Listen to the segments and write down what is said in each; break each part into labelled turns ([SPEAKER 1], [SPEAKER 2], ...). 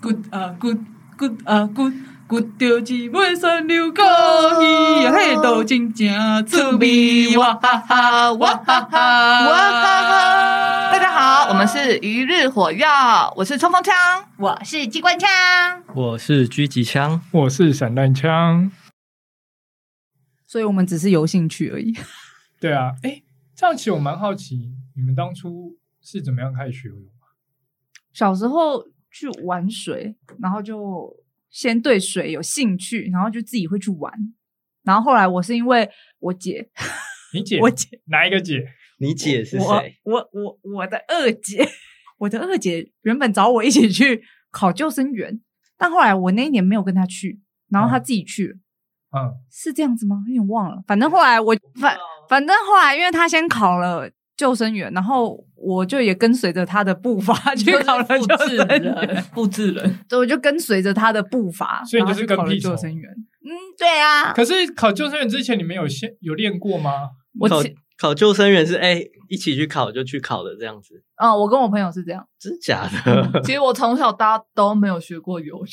[SPEAKER 1] good 啊 good good 啊 good good 着一尾三流高鱼，嘿，都真正趣味，哇哈哈，哇哈哈，
[SPEAKER 2] 哇哈哈！大家好，我们是一日火药，我是冲锋枪，
[SPEAKER 3] 我是机关枪。
[SPEAKER 4] 我是狙击枪，
[SPEAKER 5] 我是散弹枪。
[SPEAKER 1] 所以我们只是有兴趣而已。
[SPEAKER 5] 对啊，哎，这样其实我蛮好奇，你们当初是怎么样开始学游泳？
[SPEAKER 1] 小时候去玩水，然后就先对水有兴趣，然后就自己会去玩。然后后来我是因为我姐，
[SPEAKER 5] 你姐，
[SPEAKER 1] 我姐，
[SPEAKER 5] 哪一个姐？
[SPEAKER 4] 你姐是
[SPEAKER 1] 我
[SPEAKER 4] 谁？
[SPEAKER 1] 我我我的二姐，我的二姐原本找我一起去考救生员，但后来我那一年没有跟她去，然后她自己去了，
[SPEAKER 5] 嗯，
[SPEAKER 1] 是这样子吗？有点忘了。反正后来我反反正后来，因为她先考了救生员，然后我就也跟随着她的步伐去考了救
[SPEAKER 3] 复制
[SPEAKER 1] 生员。
[SPEAKER 3] 人，复制人，
[SPEAKER 1] 所以我就跟随着他的步伐，
[SPEAKER 5] 所以你就是
[SPEAKER 1] 然后考
[SPEAKER 5] 跟
[SPEAKER 1] 了
[SPEAKER 5] 屁虫
[SPEAKER 1] 救生员。嗯，对啊，
[SPEAKER 5] 可是考救生员之前，你们有先有练过吗？
[SPEAKER 1] 我
[SPEAKER 4] 考
[SPEAKER 1] 其
[SPEAKER 4] 考救生员是哎、一起去考就去考的这样子，
[SPEAKER 1] 嗯，我跟我朋友是这样，
[SPEAKER 4] 真假 的？
[SPEAKER 3] 其实我从小到大都没有学过游泳，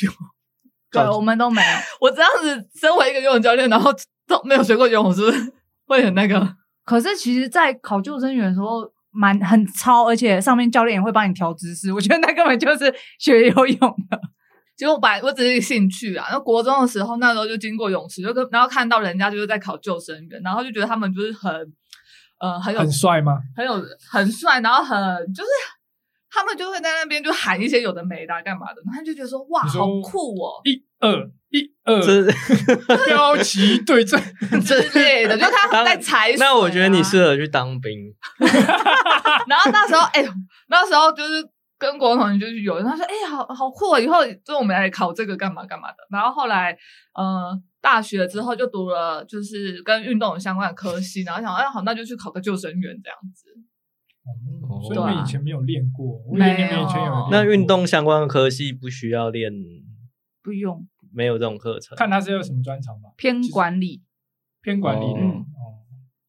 [SPEAKER 1] 对
[SPEAKER 4] 搞
[SPEAKER 1] 我们都没有。
[SPEAKER 3] 我这样子身为一个游泳教练，然后都没有学过游泳，是不是会很那个？
[SPEAKER 1] 可是其实，在考救生员的时候，蛮很超，而且上面教练也会帮你调姿势。我觉得那根本就是学游泳的。
[SPEAKER 3] 其实我本来我只是兴趣啊，那国中的时候，那时候就经过泳池，就跟然后看到人家就是在考救生员，然后就觉得他们就是很呃很有
[SPEAKER 5] 很帅吗？
[SPEAKER 3] 很有很帅，然后很就是他们就会在那边就喊一些有的没的啊干嘛的，然后就觉得说哇
[SPEAKER 5] 你说
[SPEAKER 3] 好酷 哦
[SPEAKER 5] 一二一 二，
[SPEAKER 4] 真的
[SPEAKER 5] 标旗对阵，
[SPEAKER 3] 之类的，就他在踩水啊、
[SPEAKER 4] 那我觉得你适合去当兵，
[SPEAKER 3] 然后那时候，哎、呦，那时候就是跟国文同学就去游泳，他说，哎、好好酷、哦，以后就我们来考这个干嘛干嘛的。然后后来，呃，大学之后就读了就是跟运动有相关的科系，然后想，哎、好，那就去考个救生员这样子。
[SPEAKER 5] 哦
[SPEAKER 4] 哦
[SPEAKER 5] 所以你们以前没有练过，我以
[SPEAKER 1] 对啊
[SPEAKER 5] 为你们以前有练过。
[SPEAKER 4] 那运动相关的科系不需要练，
[SPEAKER 1] 不用
[SPEAKER 4] 没有这种课程。
[SPEAKER 5] 看他是有什么专长吧？
[SPEAKER 1] 偏管理，
[SPEAKER 5] 偏管理的。
[SPEAKER 4] 嗯
[SPEAKER 5] 哦，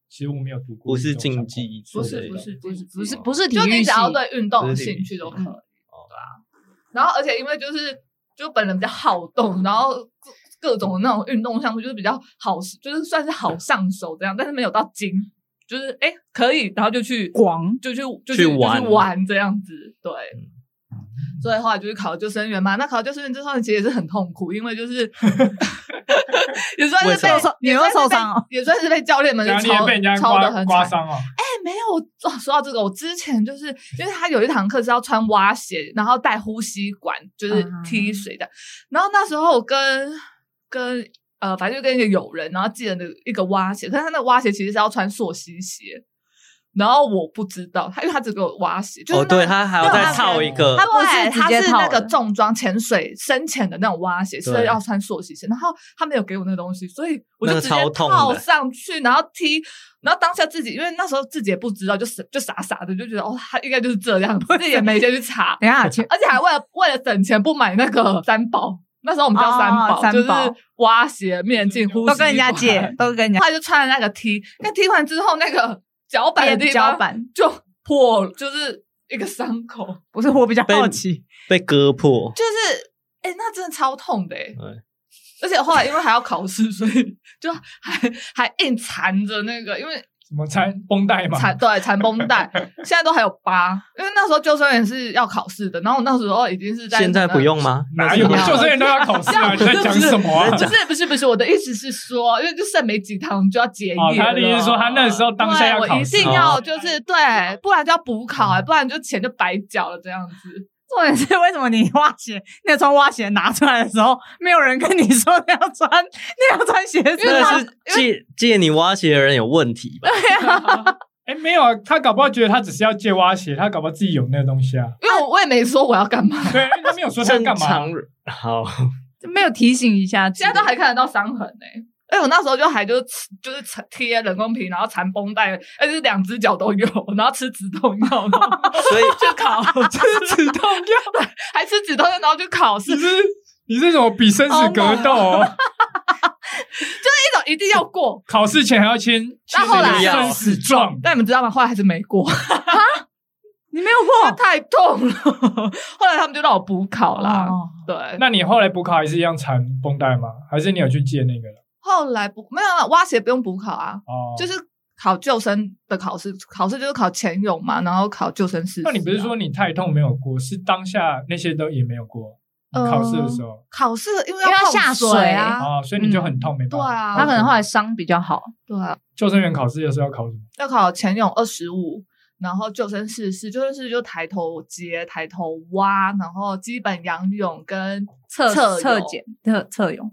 [SPEAKER 5] 其实我没有读过
[SPEAKER 4] 不是
[SPEAKER 5] 运动相
[SPEAKER 4] 竞
[SPEAKER 5] 关，
[SPEAKER 4] 技之
[SPEAKER 3] 不
[SPEAKER 4] 类
[SPEAKER 3] 是
[SPEAKER 4] 的，
[SPEAKER 3] 不是
[SPEAKER 1] 不是
[SPEAKER 3] 不
[SPEAKER 1] 不
[SPEAKER 3] 是
[SPEAKER 1] 是不是体
[SPEAKER 3] 就
[SPEAKER 1] 育
[SPEAKER 3] 你
[SPEAKER 1] 系
[SPEAKER 3] 只要对运动有
[SPEAKER 4] 不是体
[SPEAKER 3] 兴
[SPEAKER 4] 育
[SPEAKER 3] 趣
[SPEAKER 4] 系
[SPEAKER 3] 都可以，对
[SPEAKER 1] 哦
[SPEAKER 3] 啊。然后而且因为就是就本人比较好动，然后各各种那种运动项目就是比较好，就是算是好上手这样，但是没有到精，就是哎、诶可以，然后就去
[SPEAKER 1] 广
[SPEAKER 3] 就去就
[SPEAKER 4] 去
[SPEAKER 3] 就
[SPEAKER 4] 玩
[SPEAKER 3] 玩这样子，对
[SPEAKER 4] 嗯。
[SPEAKER 3] 所以后来就是考救生员嘛，那考救生员之后其实也是很痛苦，因为就是 也算
[SPEAKER 4] 为
[SPEAKER 3] 是
[SPEAKER 4] 什
[SPEAKER 3] 被
[SPEAKER 4] 么
[SPEAKER 1] 受
[SPEAKER 3] 也
[SPEAKER 1] 你
[SPEAKER 3] 算
[SPEAKER 1] 会
[SPEAKER 3] 是被
[SPEAKER 1] 受伤哦，
[SPEAKER 3] 也算是被教练们就
[SPEAKER 5] 然后你
[SPEAKER 3] 抄
[SPEAKER 5] 也被人家
[SPEAKER 3] 抄的
[SPEAKER 5] 刮
[SPEAKER 3] 很
[SPEAKER 5] 刮
[SPEAKER 3] 惨。
[SPEAKER 5] 伤哦。
[SPEAKER 3] 没有，哦，说到这个，我之前就是因为他有一堂课是要穿蛙鞋，然后带呼吸管，就是
[SPEAKER 1] 啊
[SPEAKER 3] 踢水的。然后那时候我跟跟呃，反正就跟一个友人，然后借了一个蛙鞋，可是他那个蛙鞋其实是要穿溯溪鞋，然后我不知道，他因为他只给我蛙鞋，就是
[SPEAKER 4] 哦，
[SPEAKER 3] 那
[SPEAKER 4] 对，他还要
[SPEAKER 3] 对
[SPEAKER 4] 再
[SPEAKER 3] 他
[SPEAKER 4] 套一个
[SPEAKER 3] 他，不
[SPEAKER 1] 不
[SPEAKER 3] 是，
[SPEAKER 1] 是直
[SPEAKER 3] 他
[SPEAKER 1] 接
[SPEAKER 3] 是
[SPEAKER 1] 套
[SPEAKER 3] 那个
[SPEAKER 1] 的
[SPEAKER 3] 重装潜水深潜的那种蛙鞋，是
[SPEAKER 4] 对
[SPEAKER 3] 要穿溯溪鞋。然后他没有给我那个东西，所以我就
[SPEAKER 4] 那个
[SPEAKER 3] 直接
[SPEAKER 4] 超痛的
[SPEAKER 3] 套上去，然后踢，然后当下自己因为那时候自己也不知道，就是就傻傻的就觉得哦，他应该就是这 样，自己也没先去查，
[SPEAKER 1] 等一 下前
[SPEAKER 3] 而且还为了为了省钱不买那个三宝。那时候我们叫三
[SPEAKER 1] 哦
[SPEAKER 3] 宝，
[SPEAKER 1] 三
[SPEAKER 3] 就是
[SPEAKER 1] 宝
[SPEAKER 3] 蛙鞋、面镜、呼吸
[SPEAKER 1] 都跟人家
[SPEAKER 3] 管
[SPEAKER 1] 借，都 跟人家
[SPEAKER 3] 他就穿了那个踢，那踢完之后，那个脚板的地
[SPEAKER 1] 垫脚
[SPEAKER 3] 方
[SPEAKER 1] 板。
[SPEAKER 3] 就破了，就是一个伤口。
[SPEAKER 1] 不是我比较好奇，
[SPEAKER 4] 被割破。
[SPEAKER 3] 就是，哎、那真的超痛的、欸，
[SPEAKER 4] 对
[SPEAKER 3] 而且后来因为还要考试，所以就还还硬缠着那个，因为
[SPEAKER 5] 什么缠绷带嘛？
[SPEAKER 3] 缠对缠绷带，现在都还有疤。因为那时候救生员是要考试的，然后我那时候已经是在
[SPEAKER 4] 现在不用吗？
[SPEAKER 5] 哪
[SPEAKER 4] 那是
[SPEAKER 5] 有
[SPEAKER 4] 吗
[SPEAKER 5] 救生员都要考试啊？你
[SPEAKER 3] 这样
[SPEAKER 5] 在
[SPEAKER 3] 不是
[SPEAKER 5] 讲什么啊
[SPEAKER 3] 不？是不是不是，我的意思是说，因为就剩没几堂就要结业了、
[SPEAKER 5] 哦他的意思说他那时候当下要
[SPEAKER 3] 对我
[SPEAKER 5] 考
[SPEAKER 3] 一
[SPEAKER 5] 试
[SPEAKER 3] 定
[SPEAKER 4] 哦
[SPEAKER 3] 要就是对，不然就要补考、欸，不然就钱就白缴了这样子。
[SPEAKER 1] 重点是为什么你蛙鞋那双蛙鞋拿出来的时候，没有人跟你说你要穿 你要穿鞋子吗
[SPEAKER 4] 那是借借你挖鞋的人有问题吧？
[SPEAKER 5] 哎，没有啊，他搞不好觉得他只是要借蛙鞋，他搞不好自己有那个东西啊。
[SPEAKER 3] 因为我我也没说我要干嘛，
[SPEAKER 5] 对，因为他没有说他要
[SPEAKER 4] 正
[SPEAKER 5] 干嘛
[SPEAKER 4] 常。人好，
[SPEAKER 1] 没有提醒一下之
[SPEAKER 3] 现
[SPEAKER 1] 类的，
[SPEAKER 3] 在都还看得到伤痕呢、哎、我那时候就还就是就是缠贴人工皮，然后缠绷带，而且是两只脚都有，然后吃止痛药，然后
[SPEAKER 4] 所 以
[SPEAKER 3] 去考，吃止痛药， 还吃止痛药，然后去考 试，
[SPEAKER 5] 你
[SPEAKER 3] 就是
[SPEAKER 5] 是你是什么比生死格斗哦？
[SPEAKER 3] 一种一定要过。
[SPEAKER 5] 考试前还要签签
[SPEAKER 3] 那后
[SPEAKER 5] 那
[SPEAKER 3] 来啊
[SPEAKER 5] 个生死状？
[SPEAKER 3] 但你们知道吗？后来还是没过，
[SPEAKER 1] 你没有
[SPEAKER 3] 因为
[SPEAKER 1] 过
[SPEAKER 3] 太痛了。后来他们就让我补考啦，
[SPEAKER 1] 哦
[SPEAKER 3] 对。
[SPEAKER 5] 那你后来补考还是一样缠绷带吗？还是你有去借那个了？
[SPEAKER 3] 后来不没有啊啦蛙鞋不用补考啊，
[SPEAKER 5] 哦，
[SPEAKER 3] 就是考救生的考试，考试就是考潜泳嘛，然后考救生啊试、
[SPEAKER 5] 那你不是说你太痛没有过，是当下那些都也没有过？你
[SPEAKER 3] 呃
[SPEAKER 5] 考试的时候
[SPEAKER 3] 考试因为
[SPEAKER 1] 因为要
[SPEAKER 3] 碰
[SPEAKER 1] 下
[SPEAKER 3] 水
[SPEAKER 1] 水
[SPEAKER 3] 啊？
[SPEAKER 5] 哦，所以你就很痛，没办
[SPEAKER 3] 对
[SPEAKER 5] 法。
[SPEAKER 3] 啊，
[SPEAKER 1] 他可能后来伤比较好，
[SPEAKER 3] 对啊，
[SPEAKER 5] 救生员考试的时候要考什么？
[SPEAKER 3] 要考潜泳二十五，然后救生式是救生式就抬头接、抬头蛙，然后基本仰泳跟
[SPEAKER 1] 侧
[SPEAKER 3] 侧
[SPEAKER 1] 侧
[SPEAKER 3] 泳
[SPEAKER 1] 检侧侧泳，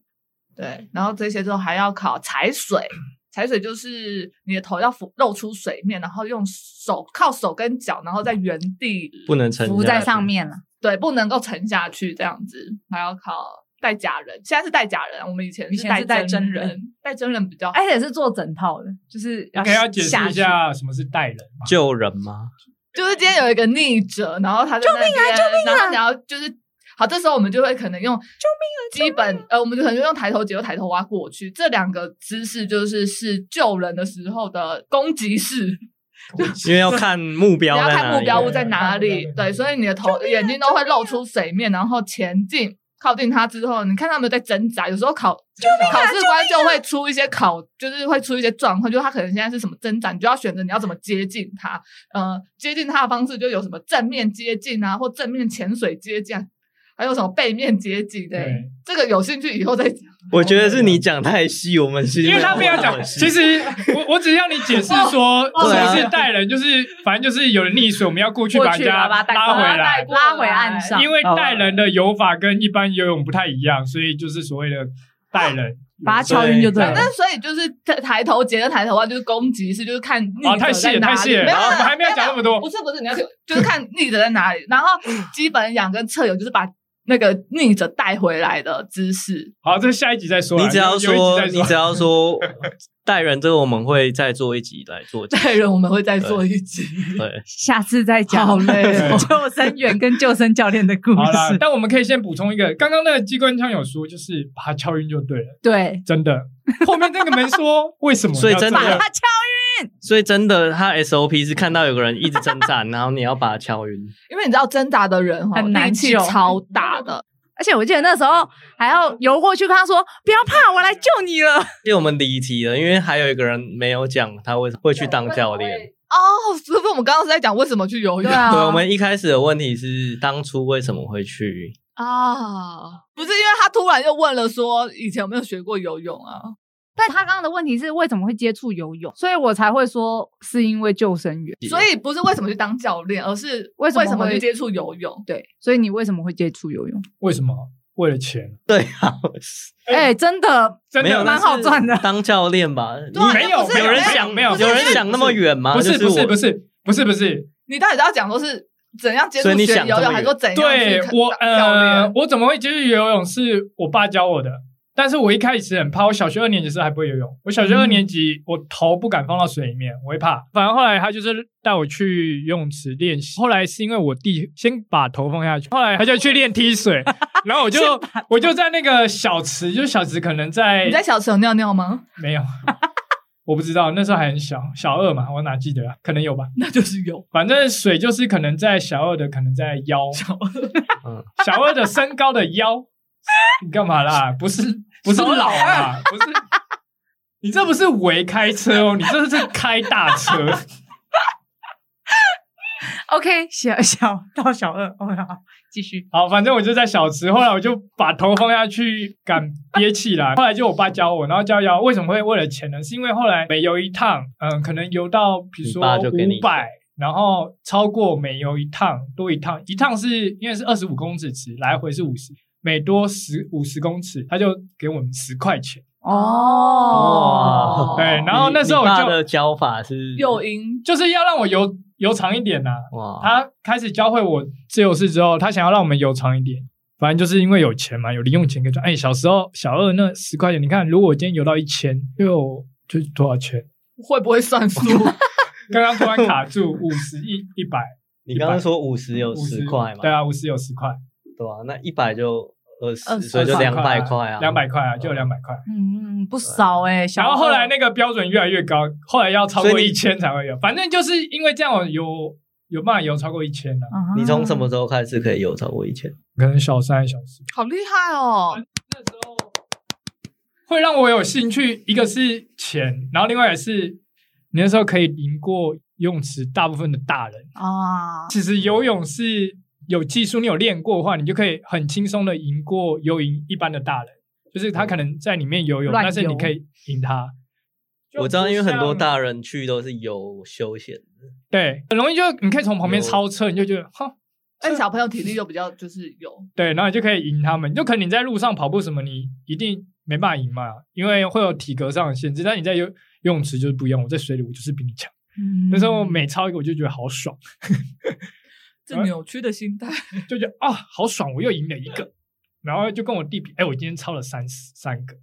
[SPEAKER 3] 对，然后这些之后还要考 踩水，踩水就是你的头要浮露出水面，然后用手靠手跟脚，然后在原地
[SPEAKER 4] 不能沉
[SPEAKER 1] 浮在
[SPEAKER 4] 下去
[SPEAKER 1] 上面了。
[SPEAKER 3] 对，不能够沉下去这样子，还要考带假人，现在是带假人，我们以前
[SPEAKER 1] 以
[SPEAKER 3] 是
[SPEAKER 1] 前是带
[SPEAKER 3] 真
[SPEAKER 1] 真人，
[SPEAKER 3] 带真人比较好，
[SPEAKER 1] 而且是做整套的，就是要
[SPEAKER 5] 你可以要解释
[SPEAKER 1] 下
[SPEAKER 5] 一
[SPEAKER 1] 去。
[SPEAKER 5] 下什么是带人吗？
[SPEAKER 4] 救人吗？
[SPEAKER 3] 就是今天有一个逆者，然后他救命啊救命啊，然后你要就是好，这时候我们就会可能用救命啊基本呃，我们就可能就用抬头解或抬头蛙过去，这两个姿势就是是救人的时候的攻击式，
[SPEAKER 4] 因为要看目 标
[SPEAKER 3] 你要
[SPEAKER 4] 在
[SPEAKER 3] 看
[SPEAKER 4] 哪
[SPEAKER 3] 目
[SPEAKER 4] 里。啊
[SPEAKER 3] 标物在哪
[SPEAKER 5] 对
[SPEAKER 3] 里
[SPEAKER 5] 对，对
[SPEAKER 3] 对，所以你的头、眼睛都会
[SPEAKER 5] 啊
[SPEAKER 3] 露出水面，然后前进。靠近它之后，你看他们在挣扎，有时候考、
[SPEAKER 5] 啊
[SPEAKER 3] 考试官就会出一些考，就是会出一些状况，就是他可能现在是什么挣扎，你就要选择你要怎么接近他。呃，接近他的方式就有什么正面接近啊，或正面潜水接近啊、还有什么背面接近的、
[SPEAKER 5] 对
[SPEAKER 3] 这个有兴趣以后再讲。
[SPEAKER 4] 我觉得是你讲太细，我们其实
[SPEAKER 5] 因为他
[SPEAKER 4] 没
[SPEAKER 5] 没
[SPEAKER 4] 有
[SPEAKER 5] 有
[SPEAKER 4] 那么
[SPEAKER 5] 讲，
[SPEAKER 4] 细
[SPEAKER 5] 其实我我只让你解释说
[SPEAKER 4] 哦
[SPEAKER 5] 什么
[SPEAKER 4] 对
[SPEAKER 5] 是
[SPEAKER 4] 啊
[SPEAKER 5] 带人，就是反正就是有人溺水，我们要过去
[SPEAKER 1] 过
[SPEAKER 5] 把人
[SPEAKER 1] 去
[SPEAKER 5] 家
[SPEAKER 1] 把它带
[SPEAKER 5] 拉
[SPEAKER 1] 过哦
[SPEAKER 5] 回
[SPEAKER 1] 来
[SPEAKER 5] 来。
[SPEAKER 1] 拉回岸上
[SPEAKER 5] 因为
[SPEAKER 4] 好吧
[SPEAKER 5] 带人的游法跟一般游泳不太一样，所以就是所谓的带 人。
[SPEAKER 1] 把它敲晕就对
[SPEAKER 3] 反
[SPEAKER 1] 了
[SPEAKER 3] 正。所以就是抬抬头截跟抬头啊，就是攻击式，就是看逆
[SPEAKER 5] 啊，太
[SPEAKER 3] 者在
[SPEAKER 5] 细了，
[SPEAKER 3] 哪
[SPEAKER 5] 太
[SPEAKER 3] 里。
[SPEAKER 5] 细了，
[SPEAKER 3] 没有
[SPEAKER 5] 我
[SPEAKER 3] 没有
[SPEAKER 5] 们还没有讲那么多
[SPEAKER 3] 不。是不是，你要听，就是看逆者在哪里，然后基本仰跟侧泳就是把那个逆者带回来的姿势。
[SPEAKER 5] 好，这下一集再说啦。
[SPEAKER 4] 你只要
[SPEAKER 5] 有有一集
[SPEAKER 4] 说，
[SPEAKER 5] 再
[SPEAKER 4] 你只要说带人，这个我们会再做一集来做解释。
[SPEAKER 3] 带人我们会再做一集，
[SPEAKER 4] 对，
[SPEAKER 1] 下次再讲
[SPEAKER 3] 好累 哦
[SPEAKER 1] 救生员跟救生教练的故
[SPEAKER 5] 好啦，
[SPEAKER 1] 事。
[SPEAKER 5] 但我们可以先补充一个，刚刚那个机关枪有说，就是把它敲晕就对了，
[SPEAKER 1] 对，
[SPEAKER 5] 真的。后面那个没说为什么要这
[SPEAKER 4] 所以
[SPEAKER 5] 样，
[SPEAKER 4] 真
[SPEAKER 1] 把
[SPEAKER 4] 的
[SPEAKER 1] 它敲
[SPEAKER 4] 所以真的，他 SOP 是看到有个人一直挣扎，然后你要把他敲晕。
[SPEAKER 3] 因为你知道挣扎的人哈
[SPEAKER 1] 很难
[SPEAKER 3] 力气
[SPEAKER 1] 救
[SPEAKER 3] 超大的，
[SPEAKER 1] 而且我记得那时候还要游过去跟他说：“不要怕，我来救你 了。
[SPEAKER 4] 因为我们离题了，因为还有一个人没有讲，他为会 去当教练。
[SPEAKER 3] 哦，是不是我们刚刚是在讲为什么去游泳？
[SPEAKER 1] 对啊
[SPEAKER 4] 对，我们一开始的问题是当初为什么会去？
[SPEAKER 1] 哦
[SPEAKER 3] 啊不是因为他突然又问了说以前有没有学过游泳啊？”
[SPEAKER 1] 但他刚刚的问题是为什么会接触游泳，所以我才会说是因为救生员。
[SPEAKER 3] 所以不是为什么去当教练，而是
[SPEAKER 1] 为什么
[SPEAKER 3] 为什么
[SPEAKER 1] 会
[SPEAKER 3] 去接触游泳？
[SPEAKER 1] 对，所以你为什么会接触游泳？
[SPEAKER 5] 为什么？为了钱，
[SPEAKER 4] 对啊，
[SPEAKER 1] 哎、真的
[SPEAKER 5] 真
[SPEAKER 4] 没有
[SPEAKER 5] 的
[SPEAKER 1] 蛮好赚的
[SPEAKER 4] 但是当教练吧？
[SPEAKER 3] 对啊
[SPEAKER 4] 你
[SPEAKER 5] 没有
[SPEAKER 3] 不是
[SPEAKER 4] 有人想
[SPEAKER 5] 没有
[SPEAKER 4] 有人想那么远吗？
[SPEAKER 5] 不是
[SPEAKER 4] 啊就
[SPEAKER 5] 不是
[SPEAKER 4] 我
[SPEAKER 5] 不是不是不是，
[SPEAKER 3] 你到底是要讲说是怎样接触
[SPEAKER 4] 所以你
[SPEAKER 3] 学
[SPEAKER 4] 想
[SPEAKER 3] 游
[SPEAKER 4] 这
[SPEAKER 3] 泳，
[SPEAKER 4] 么
[SPEAKER 3] 还
[SPEAKER 4] 远
[SPEAKER 3] 说怎样
[SPEAKER 5] 对
[SPEAKER 3] 去看
[SPEAKER 5] 我
[SPEAKER 3] 当教练
[SPEAKER 5] 呃，我怎么会接触游泳？是我爸教我的。但是我一开始很怕，我小学二年级的时候还不会游泳。我小学
[SPEAKER 3] 嗯
[SPEAKER 5] 二年级，我头不敢放到水里面，我会怕。反正后来他就是带我去游泳池练习。后来是因为我弟先把头放下去，后来他就去练踢水，然后我就我就在那个小池，就是小池可能在
[SPEAKER 3] 你在小池有尿 尿吗？
[SPEAKER 5] 没有，我不知道那时候还很小，小二嘛，我哪记得啊？可能有吧。
[SPEAKER 3] 那就是有。
[SPEAKER 5] 反正水就是可能在小二的，可能在腰，小
[SPEAKER 4] 嗯
[SPEAKER 5] 二，小二的身高的腰，你干嘛啦？不是不是老啊，不是，你这不是围开车哦，你这是开大车，
[SPEAKER 1] OK，小小到小二，OK，好，继续。
[SPEAKER 5] 好，反正我就在小池，后来我就把头放下去，敢憋气啦。 后来就我爸教我，然后教教为什么会为了钱呢？是因为后来每游一趟，嗯，可能游到比如
[SPEAKER 4] 你
[SPEAKER 5] 说
[SPEAKER 4] 爸就给你
[SPEAKER 5] 五百，然后超过每游一趟多一趟，一趟是因为是二十五公尺池，来回是五十，每多十五十公尺，他就给我们十块钱。
[SPEAKER 1] 哦
[SPEAKER 4] 哦，
[SPEAKER 5] 对，然后那时候我
[SPEAKER 4] 你爸
[SPEAKER 5] 就
[SPEAKER 4] 的教法是
[SPEAKER 3] 诱因
[SPEAKER 5] 就是要让我游游长一点呐、啊
[SPEAKER 4] 哇，
[SPEAKER 5] 他开始教会我自由式之后，他想要让我们游长一点。反正就是因为有钱嘛，有零用钱可以赚。哎，小时候小二那十块钱，你看，如果我今天游到一千，就就是多少钱？
[SPEAKER 3] 会不会算数？
[SPEAKER 5] 刚刚突然卡 住，五十一一百，
[SPEAKER 4] 你刚刚说五十有十块嘛？
[SPEAKER 5] 对啊，五十有十块，
[SPEAKER 4] 对啊，那一百就二
[SPEAKER 1] 20
[SPEAKER 4] 十，所以就两百块啊，
[SPEAKER 5] 两百块啊，就有两百块。
[SPEAKER 1] 嗯，不少哎、小
[SPEAKER 5] 然
[SPEAKER 1] 二
[SPEAKER 5] 后后来那个标准越来越高，后来要超过
[SPEAKER 4] 所以
[SPEAKER 5] 一
[SPEAKER 4] 你
[SPEAKER 5] 千才会有。反正就是因为这样，我有有办法游超过一千的、啊，
[SPEAKER 1] 啊
[SPEAKER 4] 你从什么时候开始可以游超过一千？
[SPEAKER 5] 可能小三小四。
[SPEAKER 2] 好厉害 哦！
[SPEAKER 5] 那时候会让我有兴趣，一个是钱，然后另外也是你那时候可以赢过游泳池大部分的大人。
[SPEAKER 2] 啊，
[SPEAKER 5] 其实游泳是有技术，你有练过的话，你就可以很轻松的赢过游赢一般的大人。就是他可能在里面游泳，
[SPEAKER 1] 乱
[SPEAKER 5] 但是你
[SPEAKER 1] 游
[SPEAKER 5] 可以赢他。
[SPEAKER 4] 我知道，因为很多
[SPEAKER 5] 人
[SPEAKER 4] 大人去都是游休闲的，
[SPEAKER 5] 对很容易就你可以从旁边
[SPEAKER 4] 有
[SPEAKER 5] 超车，你就觉得哈
[SPEAKER 3] 但小朋友体力又比较就是有，
[SPEAKER 5] 对，然后你就可以赢他们。就可能你在路上跑步什么，你一定没办法赢嘛，因为会有体格上的限制。但你在游游泳池就是不一样，我在水里我就是比你强。
[SPEAKER 1] 嗯
[SPEAKER 5] 那时候每超一个我就觉得好爽，
[SPEAKER 1] 哎
[SPEAKER 3] 这扭曲的心态。
[SPEAKER 5] 就觉得啊、好爽，我又赢了一个。然后就跟我弟比，哎，我今天超了三十三个，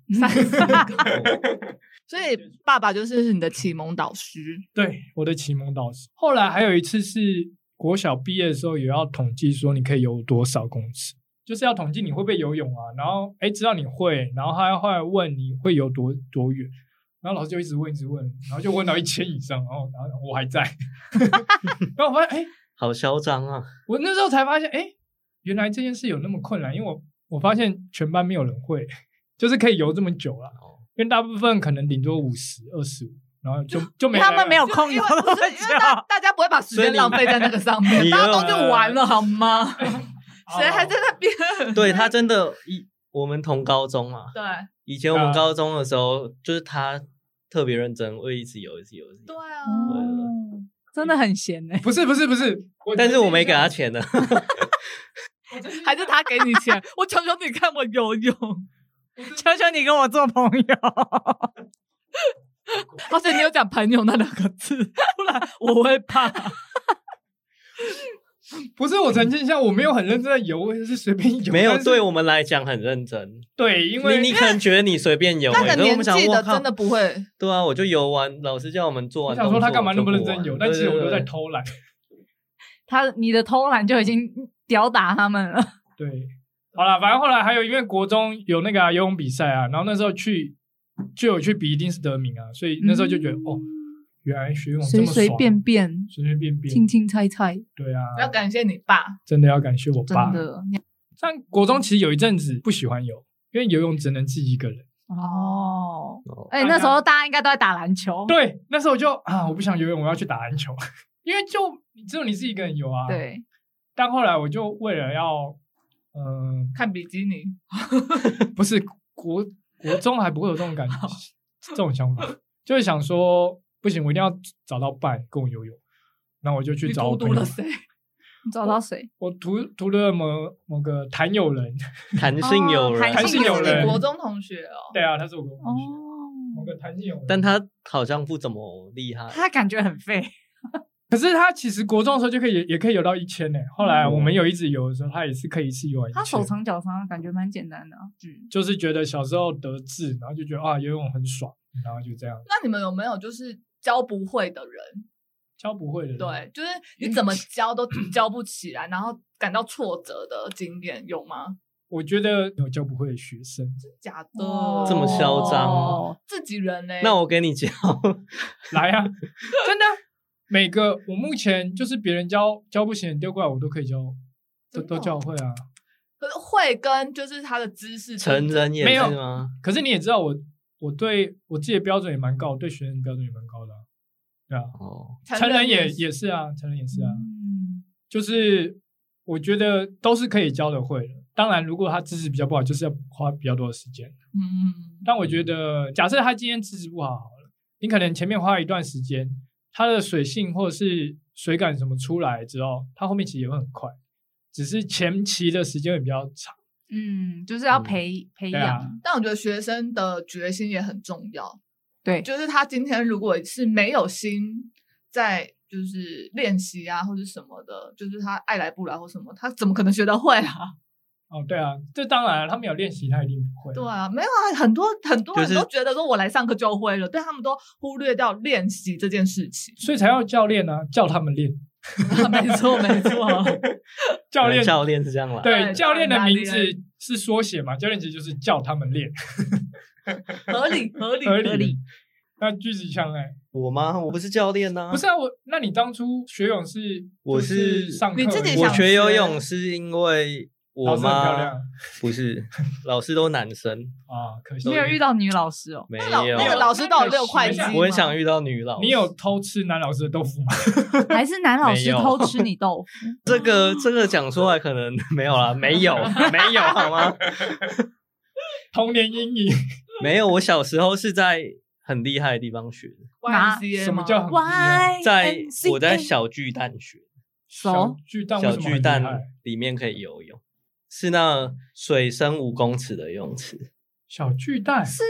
[SPEAKER 2] 所以爸爸就是你的启蒙导师，
[SPEAKER 5] 对，我的启蒙导师。后来还有一次是国小毕业的时候，也要统计说你可以游多少公尺，就是要统计你会不会游泳啊。然后哎，知道你会，然后他后来问你会游多多远，然后老师就一直问，一直问，然后就问到一千以上，然后然后我 还在，然后我发现哎，
[SPEAKER 4] 好嚣张啊！
[SPEAKER 5] 我那时候才发现哎，原来这件事有那么困难，因为我我发现全班没有人会，就是可以游这么久了，
[SPEAKER 1] 哦
[SPEAKER 5] 因为大部分可能顶多五十、二十五。然后就就没
[SPEAKER 1] 他们
[SPEAKER 5] 人了
[SPEAKER 1] 没有
[SPEAKER 3] 就
[SPEAKER 1] 空
[SPEAKER 3] 因
[SPEAKER 1] 游
[SPEAKER 3] 为
[SPEAKER 1] 那
[SPEAKER 3] 不是
[SPEAKER 1] 么
[SPEAKER 3] 因为大
[SPEAKER 1] 久，
[SPEAKER 3] 大家不会把时
[SPEAKER 4] 所以
[SPEAKER 3] 间
[SPEAKER 4] 你
[SPEAKER 3] 浪费在那个上面，
[SPEAKER 4] 你
[SPEAKER 3] 大家
[SPEAKER 4] 又
[SPEAKER 3] 都去玩了好吗？
[SPEAKER 5] 哦
[SPEAKER 3] 谁还在那边？
[SPEAKER 4] 对他真的，一我们同高中嘛，
[SPEAKER 3] 对
[SPEAKER 4] 以前我们
[SPEAKER 5] 啊
[SPEAKER 4] 高中的时候，就是他特别认真，会一直游，一直游，一直游
[SPEAKER 3] 对。啊，
[SPEAKER 1] 哦真的很闲呢。哎
[SPEAKER 5] 不是不是不是，
[SPEAKER 4] 但是我没给他钱的，
[SPEAKER 2] 还是他给你钱？我 求求你看我游泳，
[SPEAKER 1] 求求你跟我做朋友，
[SPEAKER 2] 而且你有讲朋友那两个字，不然我会怕。
[SPEAKER 5] 不是我澄清一下，我没有很认真的游，我 也是随便 游，
[SPEAKER 4] 没有
[SPEAKER 5] 但。是
[SPEAKER 4] 对我们来讲很认真，
[SPEAKER 5] 对，因为
[SPEAKER 4] 你你可能觉得你随便游、
[SPEAKER 3] 那
[SPEAKER 4] 欸，
[SPEAKER 3] 个
[SPEAKER 4] 可是我
[SPEAKER 3] 年
[SPEAKER 4] 们想，
[SPEAKER 3] 纪
[SPEAKER 4] 我
[SPEAKER 3] 的
[SPEAKER 4] 靠
[SPEAKER 3] 真的，不会，
[SPEAKER 4] 对啊，我就游完，老师叫我们做啊
[SPEAKER 5] 我
[SPEAKER 4] 完。
[SPEAKER 5] 想说他干嘛那么认真游，但
[SPEAKER 4] 但
[SPEAKER 5] 其实我都在。偷懒。
[SPEAKER 1] 他你的偷懒就已经吊打他们了。
[SPEAKER 5] 对，好了，反正后来还有因为国中有那个啊、游泳比赛啊，然后那时候去就有去比，一定是得名啊，所以那时候就觉得、哦，原来学游泳这
[SPEAKER 1] 嗯随
[SPEAKER 5] 么爽
[SPEAKER 1] 随便便，
[SPEAKER 5] 随随便便，
[SPEAKER 1] 轻轻猜猜，
[SPEAKER 5] 对啊，
[SPEAKER 3] 要感谢你爸。
[SPEAKER 5] 真的要感谢我
[SPEAKER 1] 真
[SPEAKER 5] 爸。
[SPEAKER 1] 的
[SPEAKER 5] 但国中其实有一阵子不喜欢游，因为游泳只能自己一个人。
[SPEAKER 1] 哦。
[SPEAKER 4] 哦
[SPEAKER 1] 哎，
[SPEAKER 5] 大家
[SPEAKER 1] 那时候大家应该都在打篮球，
[SPEAKER 5] 对，那时候我就啊，我不想游泳，我要去打篮球， 因为就只有你自己一个人游啊。。
[SPEAKER 1] 对，
[SPEAKER 5] 但后来我就为了要，嗯、
[SPEAKER 3] 看比基尼，
[SPEAKER 5] 不是国国中还不会有这种感觉，这种想法，就是想说不行，我一定要找到伴跟我游泳。那我就去
[SPEAKER 3] 你
[SPEAKER 5] 找
[SPEAKER 3] 孤
[SPEAKER 5] 我
[SPEAKER 3] 独
[SPEAKER 5] 朋
[SPEAKER 3] 了
[SPEAKER 5] 友，
[SPEAKER 3] 谁？
[SPEAKER 4] 啊
[SPEAKER 1] 你找到谁？
[SPEAKER 5] 我图图了某某个谭友人，
[SPEAKER 4] 弹性友
[SPEAKER 1] 哦弹
[SPEAKER 4] 人，
[SPEAKER 5] 性友
[SPEAKER 3] 是
[SPEAKER 5] 人
[SPEAKER 3] 你国中同学哦，
[SPEAKER 5] 对啊，他是我国文
[SPEAKER 1] 哦
[SPEAKER 5] 同学，，某个谭友人，
[SPEAKER 4] 但他好像不怎么厉害。
[SPEAKER 1] 他感觉很废。
[SPEAKER 5] 可是他其实国中的时候就可以也也可以游到一千呢。后来我们有一直游的时候，他也是可以一次游完一千。
[SPEAKER 1] 他手长脚长，感觉蛮简单的啊。嗯，
[SPEAKER 5] 就是觉得小时候得志，然后就觉得啊游泳很爽，然后就这样
[SPEAKER 3] 那你们有没有就是教不会的人？
[SPEAKER 5] 教不会的人。
[SPEAKER 3] 对，就是
[SPEAKER 4] 嗯
[SPEAKER 3] 你怎么教都教不起来，然后感到挫折的经验有吗？
[SPEAKER 5] 我觉得有教不会的学生，
[SPEAKER 3] 假的，
[SPEAKER 4] 这么嚣张哦
[SPEAKER 3] 自己人嘞？
[SPEAKER 4] 那我给你教，
[SPEAKER 5] 来啊，真的每个我目前就是别人教教不行丢过来，我都可以教，都
[SPEAKER 3] 真的
[SPEAKER 5] 都
[SPEAKER 3] 哦
[SPEAKER 5] 教会啊。
[SPEAKER 3] 可是会跟就是他的知识
[SPEAKER 4] 成人也
[SPEAKER 5] 没有
[SPEAKER 4] 是吗？
[SPEAKER 5] 可是你也知道我，我对我自己的标准也蛮高，对学生的标准也蛮高的啊、对啊，
[SPEAKER 4] 哦，
[SPEAKER 5] 成人也也是啊，成人也是啊，
[SPEAKER 1] 嗯，
[SPEAKER 5] 就是我觉得都是可以教的会的。当然，如果他知识比较不好，就是要花比较多的时间。
[SPEAKER 3] 嗯，
[SPEAKER 5] 但我觉得，假设他今天资质不好好了，你可能前面花一段时间，他的水性或者是水感什么出来之后，他后面其实也会很快，只是前期的时间会比较长。
[SPEAKER 1] 嗯，就是要
[SPEAKER 4] 嗯
[SPEAKER 1] 培培
[SPEAKER 5] 对啊
[SPEAKER 1] 养，
[SPEAKER 3] 嗯但我觉得学生的决心也很重要，
[SPEAKER 1] 对，
[SPEAKER 3] 就是他今天如果是没有心在就是练习啊或者什么的，就是他爱来不来或什么，他怎么可能学得会啊？
[SPEAKER 5] 哦，对啊，这当然了，他没有练习，他一定不会。。
[SPEAKER 3] 对啊，没有啊，很多很多
[SPEAKER 4] 嗯就
[SPEAKER 3] 人
[SPEAKER 4] 是
[SPEAKER 3] 都觉得说我来上课就会了，但他们都忽略掉练习 这件事情
[SPEAKER 5] 所以才要教练啊，叫他们练。
[SPEAKER 3] 没错，没错，
[SPEAKER 5] 教练，
[SPEAKER 4] 教练是这样啦。
[SPEAKER 5] 对
[SPEAKER 3] 对
[SPEAKER 5] 教练的名
[SPEAKER 3] 教
[SPEAKER 5] 字
[SPEAKER 3] 练
[SPEAKER 5] 是缩写嘛？教练其实就是叫他们练。
[SPEAKER 3] 合理，合理，
[SPEAKER 5] 合理
[SPEAKER 1] 合理。
[SPEAKER 5] 那巨石强哎，
[SPEAKER 4] 我吗？我不是教练呐、
[SPEAKER 5] 不是啊，我那你当初学泳是
[SPEAKER 4] 我
[SPEAKER 5] 就是
[SPEAKER 4] 是
[SPEAKER 5] 上课
[SPEAKER 2] 你自己
[SPEAKER 5] 而已
[SPEAKER 4] 我
[SPEAKER 2] 想
[SPEAKER 4] 学游
[SPEAKER 2] 学
[SPEAKER 4] 泳是因为我
[SPEAKER 5] 老师很漂亮
[SPEAKER 4] 妈不是，老师都男生，
[SPEAKER 5] 啊，可惜
[SPEAKER 1] 没有遇到女老师哦。
[SPEAKER 4] 没
[SPEAKER 2] 那老
[SPEAKER 4] 有。
[SPEAKER 2] 那个老师到底有六块
[SPEAKER 5] 可惜
[SPEAKER 2] 肌
[SPEAKER 5] 吗
[SPEAKER 4] 我很
[SPEAKER 2] 吗
[SPEAKER 4] 想遇到女老师。
[SPEAKER 5] 你有偷吃男老师的豆腐吗？
[SPEAKER 1] 还是男老师
[SPEAKER 4] 没有
[SPEAKER 1] 偷吃 你豆腐？
[SPEAKER 4] 这个这个讲出来可能 没 有啦，没有没有好吗？
[SPEAKER 5] 童年阴影，
[SPEAKER 4] 没有，我小时候是在很厉害的地方学的，
[SPEAKER 1] 拿
[SPEAKER 3] YMCA
[SPEAKER 5] 什么
[SPEAKER 3] 吗
[SPEAKER 5] 叫很
[SPEAKER 3] 哎
[SPEAKER 1] 喂，
[SPEAKER 4] 啊在我在小巨蛋学，
[SPEAKER 5] 小
[SPEAKER 1] 熟
[SPEAKER 5] 巨蛋？为
[SPEAKER 4] 小
[SPEAKER 5] 什么很
[SPEAKER 4] 巨
[SPEAKER 5] 厉
[SPEAKER 4] 蛋
[SPEAKER 5] 害
[SPEAKER 4] 里面可以游泳，是那水深五公尺的游泳池，
[SPEAKER 5] 小巨蛋
[SPEAKER 1] 是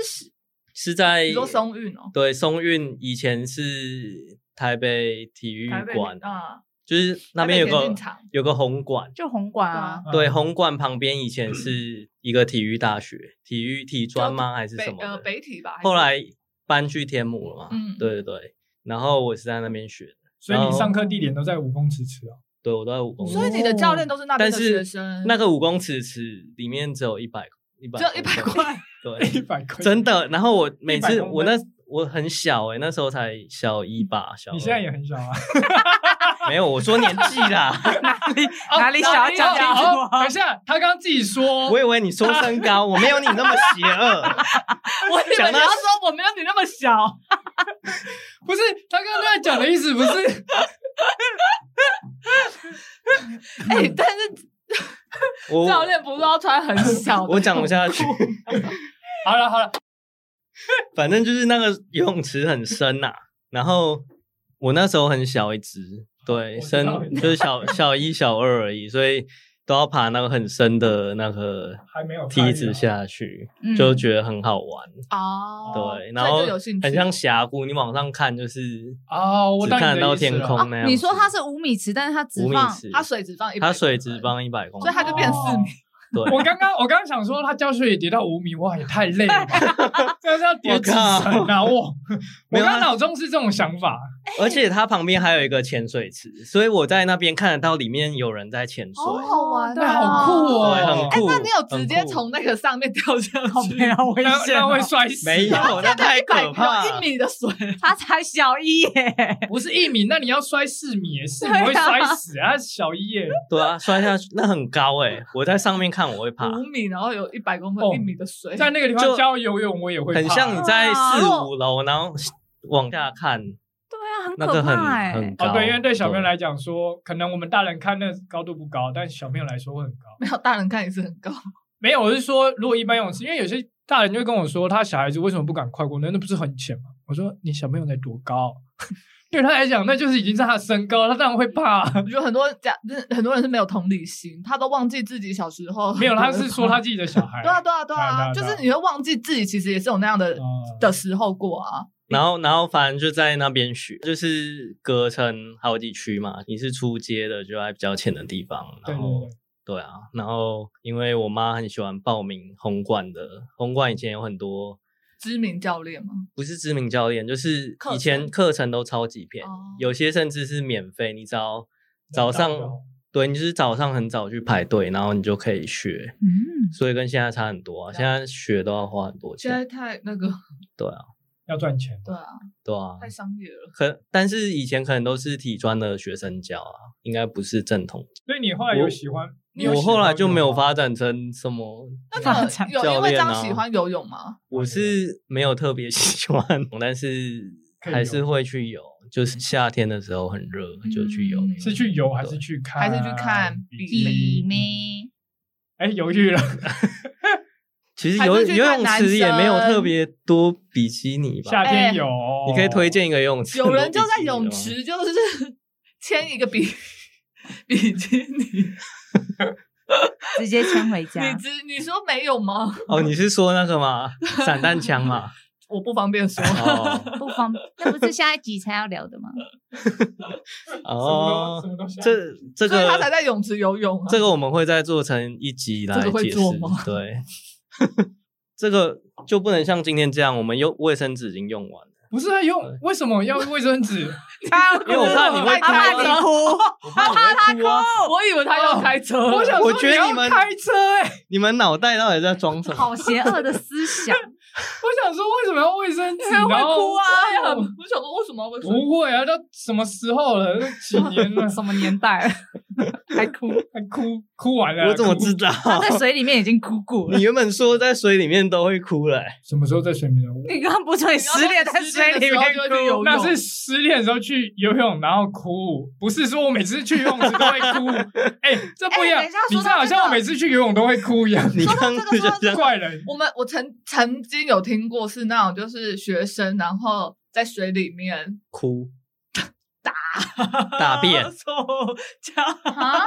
[SPEAKER 4] 是在
[SPEAKER 3] 你说松韵哦，
[SPEAKER 4] 对松韵以前是台北体育
[SPEAKER 3] 台北
[SPEAKER 4] 馆，
[SPEAKER 3] 啊，
[SPEAKER 4] 就是那边有
[SPEAKER 3] 台北田
[SPEAKER 4] 个
[SPEAKER 3] 径场
[SPEAKER 4] 有个红馆，
[SPEAKER 1] 就红馆
[SPEAKER 3] 对
[SPEAKER 1] 啊
[SPEAKER 3] 啊，
[SPEAKER 4] 对，
[SPEAKER 5] 嗯
[SPEAKER 4] 红馆旁边以前是一个体育大学，体育体专吗？还是
[SPEAKER 3] 北
[SPEAKER 4] 什么
[SPEAKER 3] 呃
[SPEAKER 4] 的？
[SPEAKER 3] 北体吧，还是
[SPEAKER 4] 后来搬去天母了嘛？
[SPEAKER 3] 嗯
[SPEAKER 4] 对对对。然后我是在那边学的，
[SPEAKER 5] 所以你上课地点都在五公尺吃哦。
[SPEAKER 4] 对我都在五公尺。
[SPEAKER 3] 所以你的教练都是那边
[SPEAKER 4] 但
[SPEAKER 3] 的学
[SPEAKER 4] 是
[SPEAKER 3] 生，
[SPEAKER 4] 那个五公尺池里面只有一百一百，
[SPEAKER 3] 只有一百，块，
[SPEAKER 5] 一
[SPEAKER 4] 对，
[SPEAKER 5] 百块，
[SPEAKER 4] 真的。然后我每
[SPEAKER 5] 100
[SPEAKER 4] 次
[SPEAKER 5] 公分
[SPEAKER 4] 我那我很小哎、那时候才小一吧，小
[SPEAKER 5] 你现在
[SPEAKER 4] 二
[SPEAKER 5] 也很 小啊？
[SPEAKER 4] 没有，我说年纪啦，
[SPEAKER 1] 啊哪里小要讲清楚
[SPEAKER 5] 哦
[SPEAKER 1] 啊
[SPEAKER 5] 等一下，他刚刚自己说
[SPEAKER 4] 我，以为你说身高，我没有你那么邪恶。
[SPEAKER 1] 我以为
[SPEAKER 4] 讲
[SPEAKER 1] 你
[SPEAKER 4] 到
[SPEAKER 1] 要说我没有你那么 小，
[SPEAKER 5] 不是他刚刚在讲的意思，不是
[SPEAKER 3] 哎，但是
[SPEAKER 4] 我
[SPEAKER 3] 教练不是要穿很小的，
[SPEAKER 4] 我讲不下去。
[SPEAKER 5] 好了好了，
[SPEAKER 4] 反正就是那个游泳池很深呐、然后我那时候很小一只，对，
[SPEAKER 5] 我知
[SPEAKER 4] 深
[SPEAKER 5] 道
[SPEAKER 4] 就是小小一、小二而已，所以都要爬那个很深的那个
[SPEAKER 5] 还没有
[SPEAKER 4] 梯子下去，
[SPEAKER 1] 嗯
[SPEAKER 4] 就觉得很好玩，
[SPEAKER 3] 哦，
[SPEAKER 4] 对，
[SPEAKER 3] 所
[SPEAKER 4] 然
[SPEAKER 3] 以
[SPEAKER 4] 后
[SPEAKER 3] 就有兴趣，
[SPEAKER 4] 很像峡谷，你往上看就是
[SPEAKER 5] 哦，我
[SPEAKER 4] 只
[SPEAKER 5] 懂你的
[SPEAKER 4] 看得到
[SPEAKER 5] 意思了
[SPEAKER 4] 天
[SPEAKER 3] 哦
[SPEAKER 4] 空那样子。
[SPEAKER 1] 哦你说它是五米池，但是它只
[SPEAKER 4] 五米
[SPEAKER 1] 放
[SPEAKER 4] 池，
[SPEAKER 3] 他水只放一，
[SPEAKER 4] 它水只，放一百公
[SPEAKER 3] 所
[SPEAKER 4] 分，
[SPEAKER 3] 以他就变四米，
[SPEAKER 4] 对，
[SPEAKER 5] 我刚刚我刚刚想说，他教学也跌到五米，哇，也太累了 吧，这是要跌几层啊！哇，我
[SPEAKER 4] 没有
[SPEAKER 5] 刚
[SPEAKER 4] 啊
[SPEAKER 5] 脑中是这种想 法，
[SPEAKER 4] 而且它旁边还有一个潜水池，所以我在那边看得到里面有人在潜水。
[SPEAKER 3] 好好玩哦，
[SPEAKER 1] 对
[SPEAKER 5] 那好酷哦，
[SPEAKER 4] 对很
[SPEAKER 3] 哎
[SPEAKER 4] 酷，
[SPEAKER 3] 那你有直接
[SPEAKER 4] 很酷
[SPEAKER 3] 从那个上面掉下 去？
[SPEAKER 1] 好危
[SPEAKER 5] 那那会摔死，
[SPEAKER 4] 啊
[SPEAKER 5] 啊
[SPEAKER 4] 没有，那太可怕
[SPEAKER 3] 有一
[SPEAKER 4] 了。
[SPEAKER 3] 米的 水，
[SPEAKER 1] 他才小一耶，
[SPEAKER 5] 不是一米，那你要摔四米，四米
[SPEAKER 1] 对啊
[SPEAKER 5] 会摔死啊！小一耶，
[SPEAKER 4] 对啊，摔下去那很高哎、我在上面看我会怕，
[SPEAKER 3] 五
[SPEAKER 5] 嗯
[SPEAKER 3] 米，然后有一百公
[SPEAKER 5] 哦
[SPEAKER 3] 分一米的水，
[SPEAKER 5] 在那个地方
[SPEAKER 4] 就
[SPEAKER 5] 教游泳，我也会怕
[SPEAKER 4] 很像你在
[SPEAKER 1] 哇
[SPEAKER 4] 四
[SPEAKER 1] 如果
[SPEAKER 4] 五楼，然后往下看，
[SPEAKER 1] 对啊，很
[SPEAKER 4] 那
[SPEAKER 1] 可
[SPEAKER 4] 个很
[SPEAKER 1] 怕
[SPEAKER 4] 很
[SPEAKER 1] 哎。
[SPEAKER 4] 高。
[SPEAKER 5] 哦，对，因为对小朋友来讲说，可能我们大人看那高度不高，但小朋友来说会很高。
[SPEAKER 3] 没有大人看也是很高，
[SPEAKER 5] 没有，我是说，如果一般游泳池，因为有些大人就会跟我说，他小孩子为什么不敢快过那？那不是很浅吗？我说你小朋友才多高？ 对他来讲，那就是已经是他的身高，他当然会怕。
[SPEAKER 3] 我觉得很多家就是很多人是没有同理心，他都忘记自己小时候
[SPEAKER 5] 没有，他是说他自己的小 孩。
[SPEAKER 3] 对啊对啊对
[SPEAKER 5] 对
[SPEAKER 3] 啊，
[SPEAKER 5] 啊
[SPEAKER 3] 就
[SPEAKER 5] 对啊
[SPEAKER 3] 是你会忘记自己其实也是有那样的
[SPEAKER 5] 嗯
[SPEAKER 3] 的时候过啊。
[SPEAKER 4] 然后，然后反正就在那边学，就是隔成好几区嘛。你是出街的，就在比较浅的地方。
[SPEAKER 5] 对
[SPEAKER 4] 然
[SPEAKER 5] 对
[SPEAKER 4] 后
[SPEAKER 5] 对，
[SPEAKER 4] 对啊，然后因为我妈很喜欢报名红馆的，红馆以前有很多
[SPEAKER 3] 知名教练嘛，
[SPEAKER 4] 不是知名教练，就是
[SPEAKER 3] 课
[SPEAKER 4] 以前
[SPEAKER 3] 程
[SPEAKER 4] 课程都超级便宜，
[SPEAKER 3] 哦
[SPEAKER 4] 有些甚至是免费，你只要
[SPEAKER 5] 早
[SPEAKER 4] 早
[SPEAKER 5] 上
[SPEAKER 4] 上对你就是早上很早去排队，然后你就可以学，
[SPEAKER 1] 嗯，
[SPEAKER 4] 所以跟现在差很多啊。现在学都要花很多
[SPEAKER 3] 现
[SPEAKER 4] 钱
[SPEAKER 3] 在，太那个
[SPEAKER 4] 对啊，
[SPEAKER 5] 要赚钱。
[SPEAKER 3] 对啊，
[SPEAKER 4] 对啊。
[SPEAKER 3] 太商业了。
[SPEAKER 4] 可但是以前可能都是体专的学生教啊，应该不是正统。
[SPEAKER 5] 所以你后来有喜欢？你有
[SPEAKER 4] 我
[SPEAKER 5] 喜欢
[SPEAKER 4] 后来就没有
[SPEAKER 5] 游泳吗
[SPEAKER 4] 发展成什么，
[SPEAKER 3] 那
[SPEAKER 1] 发
[SPEAKER 3] 你
[SPEAKER 1] 展
[SPEAKER 3] 呃有有
[SPEAKER 4] 教
[SPEAKER 3] 因为这
[SPEAKER 4] 练
[SPEAKER 3] 样
[SPEAKER 4] 啊
[SPEAKER 3] 喜欢游泳 吗？
[SPEAKER 4] 我是没有特别 喜欢，但是
[SPEAKER 5] 可以
[SPEAKER 4] 还
[SPEAKER 5] 游
[SPEAKER 4] 是会去游。就是夏天的时候很热，就去游。
[SPEAKER 3] 嗯
[SPEAKER 5] 是去游还是去看？
[SPEAKER 3] 还是去看
[SPEAKER 1] 比
[SPEAKER 3] 比
[SPEAKER 1] 咩？
[SPEAKER 5] 哎，犹 豫了。
[SPEAKER 4] 其实
[SPEAKER 3] 还
[SPEAKER 4] 游
[SPEAKER 3] 是去
[SPEAKER 4] 游
[SPEAKER 3] 看
[SPEAKER 4] 泳
[SPEAKER 3] 男
[SPEAKER 4] 池也没有
[SPEAKER 3] 生
[SPEAKER 4] 特别多比基尼吧
[SPEAKER 5] 夏。
[SPEAKER 3] 哎
[SPEAKER 5] 天有，
[SPEAKER 4] 你可以推荐一个游泳池，
[SPEAKER 3] 哦有人就
[SPEAKER 4] 很多比
[SPEAKER 3] 在
[SPEAKER 4] 基尼的
[SPEAKER 3] 泳
[SPEAKER 4] 吗
[SPEAKER 3] 池就是 牵一个比比基 尼，
[SPEAKER 1] 直接牵回家
[SPEAKER 3] 你只你说没有吗？
[SPEAKER 4] 哦，你是说那个 吗？散弹枪嘛？
[SPEAKER 3] 我不方便说。
[SPEAKER 4] 哦
[SPEAKER 1] 不方，那不是下一集才要聊的吗？
[SPEAKER 5] 什
[SPEAKER 4] 哦，
[SPEAKER 5] 么东西？
[SPEAKER 4] 这这
[SPEAKER 3] 所以他才
[SPEAKER 4] 个
[SPEAKER 3] 在泳池游泳、啊，
[SPEAKER 4] 这个我们会再做成一集来
[SPEAKER 3] 这个会
[SPEAKER 4] 解释
[SPEAKER 3] 做吗。
[SPEAKER 4] 对， 这个就不能像今天这样，我们用卫生纸已经用完了，
[SPEAKER 5] 不是啊，用为什么要卫 生纸？
[SPEAKER 4] 因为我怕你会
[SPEAKER 3] 他怕
[SPEAKER 4] 哭
[SPEAKER 3] 你
[SPEAKER 4] 啊，
[SPEAKER 1] 哭，
[SPEAKER 4] 我怕你会哭啊。
[SPEAKER 3] 我以为他要开车了，
[SPEAKER 5] 我想
[SPEAKER 4] 我
[SPEAKER 5] 说
[SPEAKER 4] 觉得
[SPEAKER 5] 要
[SPEAKER 4] 你们
[SPEAKER 5] 开车哎，
[SPEAKER 4] 你们脑袋到底在装什么？
[SPEAKER 1] 好邪恶的思想，，
[SPEAKER 5] 我想想说为什么要卫生 纸？
[SPEAKER 3] 会
[SPEAKER 5] 然后
[SPEAKER 3] 哭啊！也很 我想说为什么要卫生纸？
[SPEAKER 4] 哦
[SPEAKER 5] 不会啊，都什么时候了？都几年 了
[SPEAKER 1] 什么年代？还哭？
[SPEAKER 5] 还哭哭完了？啊
[SPEAKER 4] 我怎么
[SPEAKER 5] 哭
[SPEAKER 4] 知道？
[SPEAKER 1] 他在水里面已经哭过了
[SPEAKER 4] 你。原本说在水里面都会哭嘞、
[SPEAKER 5] 什么时候在水里面？
[SPEAKER 1] 你刚刚不是说你失恋 在水里面
[SPEAKER 3] 你刚刚说
[SPEAKER 1] 哭
[SPEAKER 3] 你失恋的时候就会去游泳？
[SPEAKER 5] 那是失恋的时候去游泳，然后哭，不是说我每次去游泳池都会 哭。哎、这不一样，
[SPEAKER 3] 哎等一下
[SPEAKER 5] 你
[SPEAKER 3] 说
[SPEAKER 5] 这
[SPEAKER 3] 到
[SPEAKER 5] 好像
[SPEAKER 3] 这个
[SPEAKER 5] 我每次去游泳都会哭一样。
[SPEAKER 4] 你
[SPEAKER 3] 说
[SPEAKER 4] 刚
[SPEAKER 3] 到
[SPEAKER 4] 刚
[SPEAKER 3] 这个
[SPEAKER 4] 就
[SPEAKER 3] 说到
[SPEAKER 4] 这
[SPEAKER 3] 这
[SPEAKER 4] 样
[SPEAKER 3] 个，
[SPEAKER 5] 怪人，
[SPEAKER 3] 我们我曾曾经有听过是那种就是学生，然后在水里面
[SPEAKER 4] 哭。 大便
[SPEAKER 3] 啊，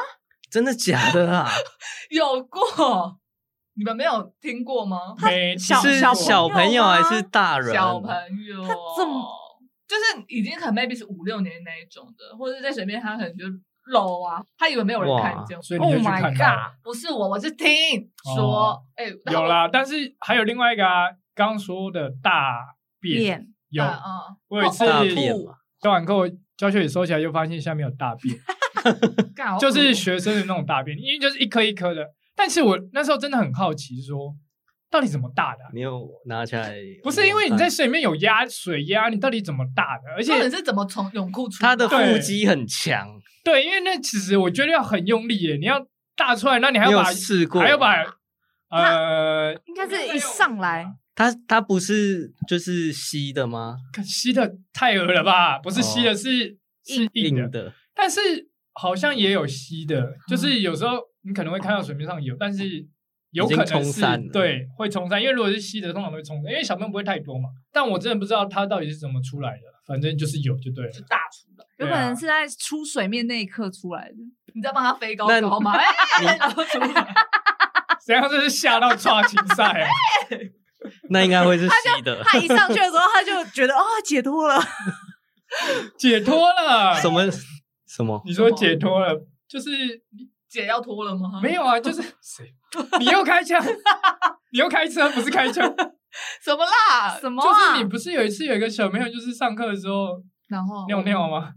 [SPEAKER 4] 真的假的啊？
[SPEAKER 3] 有过，你们没有听过吗？
[SPEAKER 5] 没
[SPEAKER 1] 小
[SPEAKER 4] 是
[SPEAKER 1] 小
[SPEAKER 4] 小朋
[SPEAKER 1] 朋友
[SPEAKER 4] 友还
[SPEAKER 1] 吗
[SPEAKER 4] 是大人？
[SPEAKER 3] 小朋友，
[SPEAKER 1] 他这么
[SPEAKER 3] 就是已经可能 maybe 是五六年那一种的，或者是在水边他可能就搂啊，他以为没有人看见我。
[SPEAKER 5] 所以你就去
[SPEAKER 1] Oh my
[SPEAKER 5] 看
[SPEAKER 1] God
[SPEAKER 5] 他。
[SPEAKER 3] 不是我，我是听说
[SPEAKER 5] 哦，
[SPEAKER 3] 哎、
[SPEAKER 5] 有啦，但是还有另外一个啊，刚说的大便
[SPEAKER 1] 变
[SPEAKER 5] 有，
[SPEAKER 3] 嗯嗯，
[SPEAKER 5] 我有一次
[SPEAKER 4] 哦大便嘛，
[SPEAKER 5] 教完课，我教学也收起来，就发现下面有大 便。
[SPEAKER 3] 嗯干
[SPEAKER 5] 就是学生的那种大便，因为就是一颗一颗的。但是我那时候真的很好奇说，到底怎么大的啊、
[SPEAKER 4] 你有拿起来？
[SPEAKER 5] 不是因为你在水里面有压水压，你到底怎么大的？而
[SPEAKER 3] 到底
[SPEAKER 5] 且
[SPEAKER 3] 是怎么从泳裤出来？
[SPEAKER 4] 他的
[SPEAKER 5] 对
[SPEAKER 4] 腹肌很强，
[SPEAKER 5] 对，因为那其实我觉得要很用力耶，你要大出来，那你还
[SPEAKER 4] 你
[SPEAKER 5] 要
[SPEAKER 4] 有
[SPEAKER 5] 把
[SPEAKER 4] 试过？
[SPEAKER 5] 还 要把呃
[SPEAKER 1] 应该是一上来
[SPEAKER 4] 他他不是就是吸的吗？
[SPEAKER 5] 看吸的太恶了吧？不是吸的
[SPEAKER 4] 哦
[SPEAKER 5] 是、是硬的，
[SPEAKER 4] 硬的，嗯
[SPEAKER 5] 但是好像也有吸的，就是有时候你可能会看到水面上有，但是有可
[SPEAKER 4] 已经
[SPEAKER 5] 能
[SPEAKER 4] 冲
[SPEAKER 5] 是
[SPEAKER 4] 散了
[SPEAKER 5] 对会冲散，因为如果是吸的，通常都会冲散，因为小朋友不会太多嘛。但我真的不知道它到底是怎么出来的，反正就是有就对了
[SPEAKER 3] 就。大出来，
[SPEAKER 1] 有可能是在出水面那一刻出来的。
[SPEAKER 3] 你在帮他飞高
[SPEAKER 4] 那
[SPEAKER 3] 高 吗？哎、然后出来
[SPEAKER 5] 怎样？这是吓到抓青赛啊！
[SPEAKER 4] 那应该会是吸的。
[SPEAKER 1] 他一上去的时候，他就觉得啊、解脱了。
[SPEAKER 5] 解脱了
[SPEAKER 4] 什？么什么？
[SPEAKER 5] 你说解脱了，就是
[SPEAKER 3] 姐要脱了吗？
[SPEAKER 5] 没有啊，就是谁？你又开枪， 你又开车，不是开枪，
[SPEAKER 3] 什么啦，
[SPEAKER 1] 什么、
[SPEAKER 5] 就
[SPEAKER 1] 啊？
[SPEAKER 5] 是你不是有一次有一个小朋友，就是上课的时候
[SPEAKER 3] 然后
[SPEAKER 5] 尿，尿吗？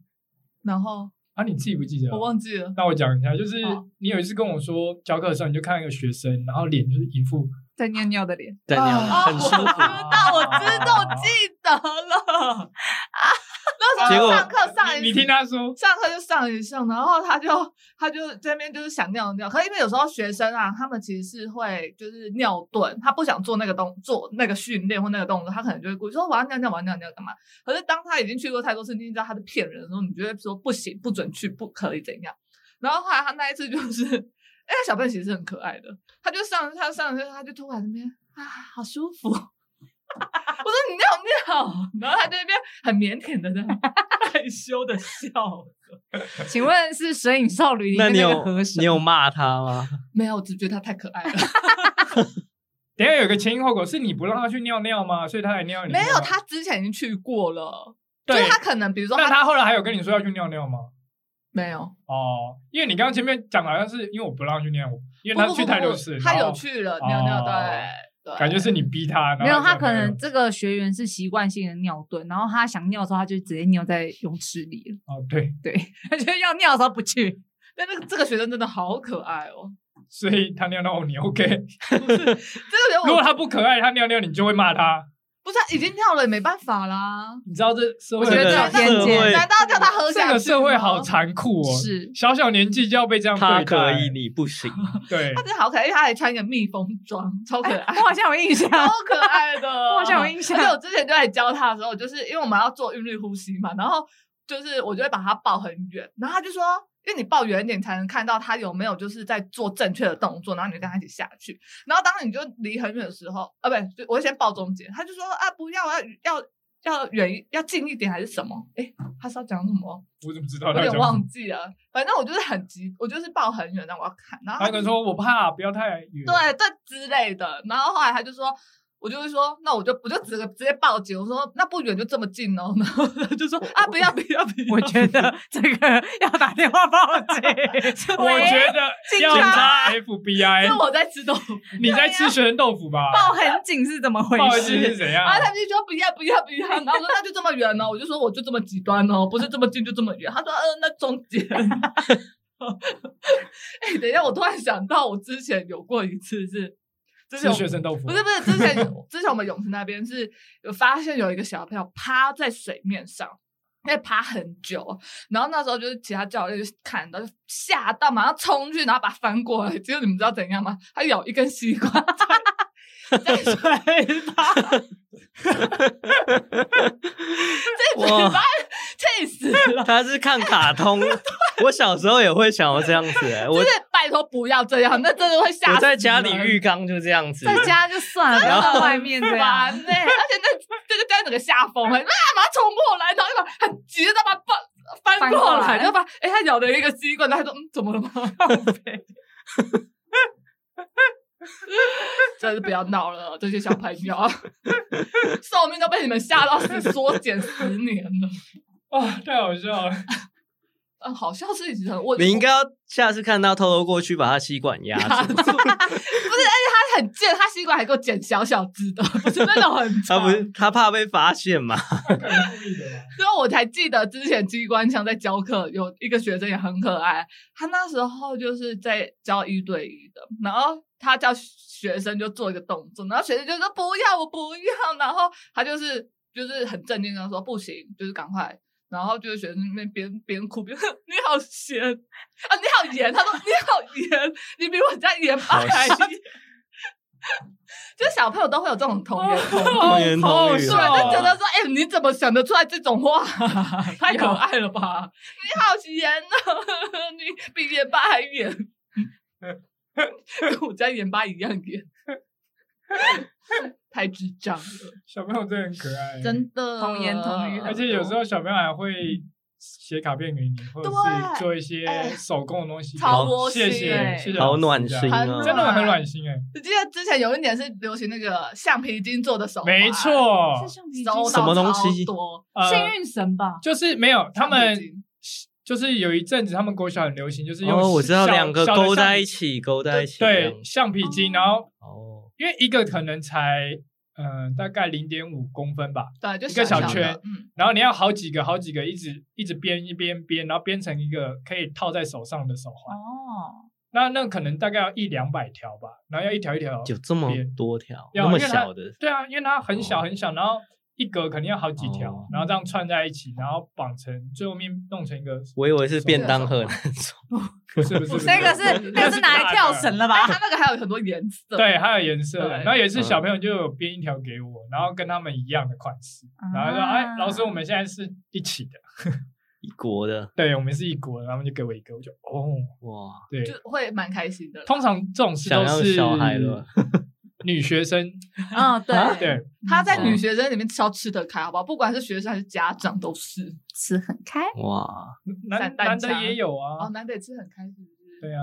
[SPEAKER 3] 然后
[SPEAKER 5] 啊，你自己不记得啊？
[SPEAKER 3] 我忘记了，
[SPEAKER 5] 那我讲一下，就是
[SPEAKER 3] 好
[SPEAKER 5] 你有一次跟我说教课的时候，你就看一个学生，然后脸就是一副
[SPEAKER 1] 在尿尿的脸，
[SPEAKER 4] 在尿
[SPEAKER 1] 哦
[SPEAKER 5] 啊
[SPEAKER 4] 很舒
[SPEAKER 3] 哦我知
[SPEAKER 4] 服。
[SPEAKER 3] 道，我知道，我记得了。啊那时
[SPEAKER 4] 结
[SPEAKER 3] 候
[SPEAKER 4] 果
[SPEAKER 3] 上课上
[SPEAKER 5] 你
[SPEAKER 3] 一
[SPEAKER 5] 你听他说，
[SPEAKER 3] 上课就上一上，然后他就 他就这边就是想尿尿，可是因为有时候学生啊，他们其实是会就是尿遁，他不想做那个动做那个训练或那个动作，他可能就会故意说我要尿尿，我要尿尿干嘛？可是当他已经去过太多次，你已经知道他是骗人的时候，你就会说不行，不准去，不可以怎样？然后后来他那一次就是， 哎，那小朋友其实是很可爱的，他就上他上他就突然那边啊，好舒服。 我说你尿尿，然后他就那边很腼腆的这样害羞的笑了。
[SPEAKER 1] 请问是《水影少女》里
[SPEAKER 4] 那
[SPEAKER 1] 面
[SPEAKER 4] 你
[SPEAKER 1] 那
[SPEAKER 4] 有
[SPEAKER 1] 个河神？
[SPEAKER 4] 你有骂他吗？
[SPEAKER 3] 没有，我只觉得他太可爱了。
[SPEAKER 5] 等一下有个前因后果，是你不让他去尿尿吗？所以他来尿你？
[SPEAKER 3] 没 有，他之前已经去过了，就
[SPEAKER 5] 对
[SPEAKER 3] 是他可能比如说
[SPEAKER 5] 那
[SPEAKER 3] 他
[SPEAKER 5] 他后来还有跟你说要去尿尿吗？
[SPEAKER 3] 没有，
[SPEAKER 5] 哦，因为你刚刚前面讲的好像是因为我不让他去尿，因
[SPEAKER 3] 嗯不
[SPEAKER 5] 为他
[SPEAKER 3] 不
[SPEAKER 5] 去
[SPEAKER 3] 不
[SPEAKER 5] 太
[SPEAKER 3] 不
[SPEAKER 5] 多次，
[SPEAKER 3] 他
[SPEAKER 5] 然
[SPEAKER 3] 有
[SPEAKER 5] 后，
[SPEAKER 3] 去了
[SPEAKER 5] 哦
[SPEAKER 3] 尿尿，对对，
[SPEAKER 5] 感觉是你逼他，然后
[SPEAKER 1] 没有，他
[SPEAKER 5] 就
[SPEAKER 1] 可能这个学员是习惯性的尿遁，然后他想尿的时候，他就直接尿在泳池里了。
[SPEAKER 5] 哦对，
[SPEAKER 1] 对，他就要尿的时候不去。
[SPEAKER 3] 但那个这个学生真的好可爱哦，
[SPEAKER 5] 所以他尿尿你 OK。
[SPEAKER 3] 这个
[SPEAKER 5] 如
[SPEAKER 3] 人
[SPEAKER 5] 果
[SPEAKER 3] 我
[SPEAKER 5] 他不可爱，他尿尿你就会骂他。
[SPEAKER 3] 不是他已经尿了，也没办法啦。
[SPEAKER 5] 你知道这社会
[SPEAKER 1] 我觉得
[SPEAKER 5] 很
[SPEAKER 1] 这
[SPEAKER 5] 残
[SPEAKER 1] 样
[SPEAKER 5] 酷
[SPEAKER 1] 偏
[SPEAKER 4] 社
[SPEAKER 1] 见
[SPEAKER 4] 会
[SPEAKER 3] 难道叫他喝下去
[SPEAKER 5] 这
[SPEAKER 3] 吗
[SPEAKER 5] 个社会好，残酷哦，
[SPEAKER 1] 是
[SPEAKER 5] 小小年纪就要被这样对
[SPEAKER 4] 他
[SPEAKER 5] 待。
[SPEAKER 4] 可以，你不 行。
[SPEAKER 5] 对
[SPEAKER 3] 他，真的好可爱，因为他还穿一个蜜蜂装，超可
[SPEAKER 1] 哎
[SPEAKER 3] 爱。
[SPEAKER 1] 我好像有印象，
[SPEAKER 3] 超可爱的，
[SPEAKER 1] 我好像有印象
[SPEAKER 3] 而且我之前就在教他的时候，就是因为我们要做韵律呼吸嘛，然后就是我就会把他抱很远，然后他就说，因为你抱远一点才能看到他有没有就是在做正确的动作，然后你就跟他一起下去。然后当你就离很远的时候，啊，不对，就我会先抱中间，他就说啊，不要，我要要。要远一要近一点还是什么？诶，他是要讲什么？
[SPEAKER 5] 我怎么知
[SPEAKER 3] 我
[SPEAKER 5] 道
[SPEAKER 3] 有
[SPEAKER 5] 他
[SPEAKER 3] 点
[SPEAKER 5] 讲什么？
[SPEAKER 3] 忘记了。反正我就是很急，我就是抱很远，然后我要看。然后
[SPEAKER 5] 他
[SPEAKER 3] 他
[SPEAKER 5] 可
[SPEAKER 3] 就
[SPEAKER 5] 能说我怕，不要太远。
[SPEAKER 3] 对这之类的。然后后来他就说，我就会说，那我就我就直接直接报警，我说那不远就这么近哦， 然后他就说啊不要不要不要，
[SPEAKER 1] 我觉得这个要打电话报警。
[SPEAKER 5] 我
[SPEAKER 1] 喂
[SPEAKER 5] 觉得要
[SPEAKER 1] 警
[SPEAKER 5] 查
[SPEAKER 1] 察
[SPEAKER 5] FBI，
[SPEAKER 3] 是我在吃豆腐，
[SPEAKER 5] 你在吃学生豆腐吧？
[SPEAKER 1] 报很紧是怎么回
[SPEAKER 5] 不好意思是
[SPEAKER 1] 事？
[SPEAKER 5] 怎
[SPEAKER 3] 然
[SPEAKER 5] 样？
[SPEAKER 3] 后他们就说不要不要不要，然后我说那就这么远哦，我就说我就这么极端哦，不是这么近就这么远，他说嗯、那中间。 哎、等一下，我突然想到，我之前有过一次是，之前
[SPEAKER 5] 吃
[SPEAKER 3] 我
[SPEAKER 5] 学生豆腐，
[SPEAKER 3] 不
[SPEAKER 4] 嗯
[SPEAKER 3] 是不是，之前之前我们泳池那边是有发现有一个小朋友趴在水面上，在趴很久，然后那时候就是其他教练就看到就吓到，马上冲去，然后把他翻过来。结果你们知道怎样吗？他咬一根西瓜在在嘴巴， 在嘴巴
[SPEAKER 4] 哇
[SPEAKER 3] 气死了！
[SPEAKER 4] 他是看卡 通，我小时候也会想要这样子、欸，
[SPEAKER 3] 就
[SPEAKER 4] 我
[SPEAKER 3] 是拜托不要这样，那真的会吓死人。
[SPEAKER 4] 我在家里浴缸就这样子，
[SPEAKER 1] 在家就算了，不要到外面这
[SPEAKER 3] 烦
[SPEAKER 1] 样。
[SPEAKER 3] 呢、而且那这个教练整个吓 疯了，啊，马上冲过来，然后就把很急的把抱翻
[SPEAKER 1] 翻
[SPEAKER 3] 过
[SPEAKER 1] 过
[SPEAKER 3] 来，
[SPEAKER 1] 来
[SPEAKER 3] 就把哎、他咬了一个吸管，然后他说嗯怎么 了吗？真是不要闹了，这些小朋友，寿命都被你们吓到是缩减十年了。
[SPEAKER 5] 啊，太好笑了。
[SPEAKER 3] 嗯，好像是已经很我
[SPEAKER 4] 你应该要下次看到偷偷过去把他吸管压
[SPEAKER 3] 他
[SPEAKER 4] 住，
[SPEAKER 3] 不是，而且他很贱，他吸管还给我剪小小只的，不是那种很
[SPEAKER 4] 他
[SPEAKER 3] 长
[SPEAKER 4] 不是他怕被发现 嘛？
[SPEAKER 3] 所以我才记得之前机关枪在教课，有一个学生也很可爱，他那时候就是在教一对一的，然后他叫学生就做一个动作，然后学生就说不要，我不要，然后他就是就是很镇定的说不行，就是赶快。然后就是学生那边边边哭边 你好咸啊，你好盐，他说你好盐，你比我家盐巴还
[SPEAKER 4] 好
[SPEAKER 3] 盐，就是小朋友都会有这种童言童语，
[SPEAKER 4] 童言童语
[SPEAKER 3] 对，
[SPEAKER 4] 是啊
[SPEAKER 3] 就觉得说，哎、你怎么想得出来这种 话？太可爱了吧！ 你好咸哦，你比盐巴还盐，跟我家盐巴一样盐，太智障了，
[SPEAKER 5] 小朋友真的很可爱，
[SPEAKER 3] 真的。
[SPEAKER 1] 童言童语
[SPEAKER 5] 而且有时候小朋友还会写卡片给你，或者
[SPEAKER 3] 对
[SPEAKER 5] 是做一些
[SPEAKER 3] 哎
[SPEAKER 5] 手工的东西。
[SPEAKER 3] 超窝心
[SPEAKER 5] 谢谢
[SPEAKER 3] 哎
[SPEAKER 5] 谢谢，
[SPEAKER 4] 好暖心
[SPEAKER 3] 好
[SPEAKER 4] 啊！
[SPEAKER 3] 暖
[SPEAKER 5] 真的很暖心哎，
[SPEAKER 3] 我记得之前有一年是流行那个橡皮筋做的手环，
[SPEAKER 5] 没，错，
[SPEAKER 1] 是橡皮筋
[SPEAKER 3] 收到
[SPEAKER 4] 什么东西
[SPEAKER 3] 超多
[SPEAKER 5] 呃
[SPEAKER 1] 幸运神吧？
[SPEAKER 5] 就是没有他
[SPEAKER 3] 橡
[SPEAKER 5] 们
[SPEAKER 3] 皮筋，
[SPEAKER 5] 就是有一阵子他们国小很流行，就是用
[SPEAKER 4] 哦，我知道
[SPEAKER 5] 小
[SPEAKER 4] 两个
[SPEAKER 5] 小的
[SPEAKER 4] 勾在
[SPEAKER 5] 橡
[SPEAKER 4] 一起，勾在一起这样，
[SPEAKER 5] 对橡皮筋，然后
[SPEAKER 4] 哦，
[SPEAKER 5] 因为一个可能才嗯、呃大概零点五公分吧，
[SPEAKER 3] 对，就
[SPEAKER 5] 一个小
[SPEAKER 3] 的
[SPEAKER 5] 圈
[SPEAKER 3] 嗯，
[SPEAKER 5] 然后你要好几个好几个一直一直编一边编，然后编成一个可以套在手上的手环。
[SPEAKER 1] 哦，
[SPEAKER 5] 那那可能大概要一两百条吧，然后要一条一条。
[SPEAKER 4] 有这么
[SPEAKER 5] 编
[SPEAKER 4] 多条，
[SPEAKER 5] 要
[SPEAKER 4] 那么
[SPEAKER 5] 因为它
[SPEAKER 4] 小的，
[SPEAKER 5] 对啊，因为它很小
[SPEAKER 4] 哦
[SPEAKER 5] 很小，然后一格肯定要好几条，
[SPEAKER 4] 哦
[SPEAKER 5] 然后这样串在一起，然后绑成最后面弄成一个。
[SPEAKER 4] 我以为是便当盒那种。
[SPEAKER 5] 不是不是不是，
[SPEAKER 1] 那个是那个是拿来跳绳了吧
[SPEAKER 3] 哎，？它那个还有很多颜色，
[SPEAKER 5] 对，还有颜色的。
[SPEAKER 3] 对
[SPEAKER 5] 然后有一
[SPEAKER 4] 嗯
[SPEAKER 5] 次小朋友就有编一条给我，然后跟他们一样的款式，然后说：“
[SPEAKER 1] 啊
[SPEAKER 5] 哎，老师，我们现在是一起的，
[SPEAKER 4] 一国的
[SPEAKER 5] 对我们是一国的。”然后他们就给我一个，我就哦，
[SPEAKER 4] 哇，
[SPEAKER 5] 对。
[SPEAKER 3] 就会蛮开心的啦。
[SPEAKER 5] 通常这种事
[SPEAKER 4] 想
[SPEAKER 5] 都
[SPEAKER 4] 要
[SPEAKER 5] 是
[SPEAKER 4] 小孩了，
[SPEAKER 5] 女学生，
[SPEAKER 1] 嗯，对，
[SPEAKER 5] 对，
[SPEAKER 3] 他
[SPEAKER 5] 嗯
[SPEAKER 3] 在女学生里面超吃得开，好不好？不管是学生还是家长都是。
[SPEAKER 1] 吃很开。
[SPEAKER 4] 哇，
[SPEAKER 5] 男
[SPEAKER 3] 散弹
[SPEAKER 5] 男的
[SPEAKER 3] 枪
[SPEAKER 5] 也有
[SPEAKER 3] 哦
[SPEAKER 5] 啊，，
[SPEAKER 3] 难得也吃很开心，是不是
[SPEAKER 5] 对啊，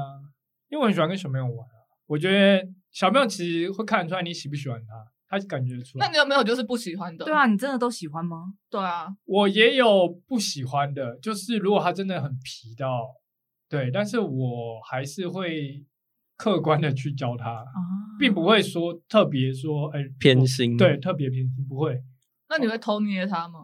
[SPEAKER 5] 因为我很喜欢跟小朋友玩啊。我觉得小朋友其实会看得出来你喜不喜欢他，他感觉得出
[SPEAKER 3] 那
[SPEAKER 5] 来
[SPEAKER 3] 你。有没有就是不喜欢的？
[SPEAKER 1] 对，啊，你真的都喜欢吗？
[SPEAKER 3] 对啊，
[SPEAKER 5] 我也有不喜欢的，就是如果他真的很皮到，对，但是我还是会客观的去教他，
[SPEAKER 1] 啊，
[SPEAKER 5] 并不会说特别说，哎，
[SPEAKER 4] 偏
[SPEAKER 5] 我
[SPEAKER 4] 心
[SPEAKER 5] 对，特别偏心，不会
[SPEAKER 3] 那你会偷捏他吗？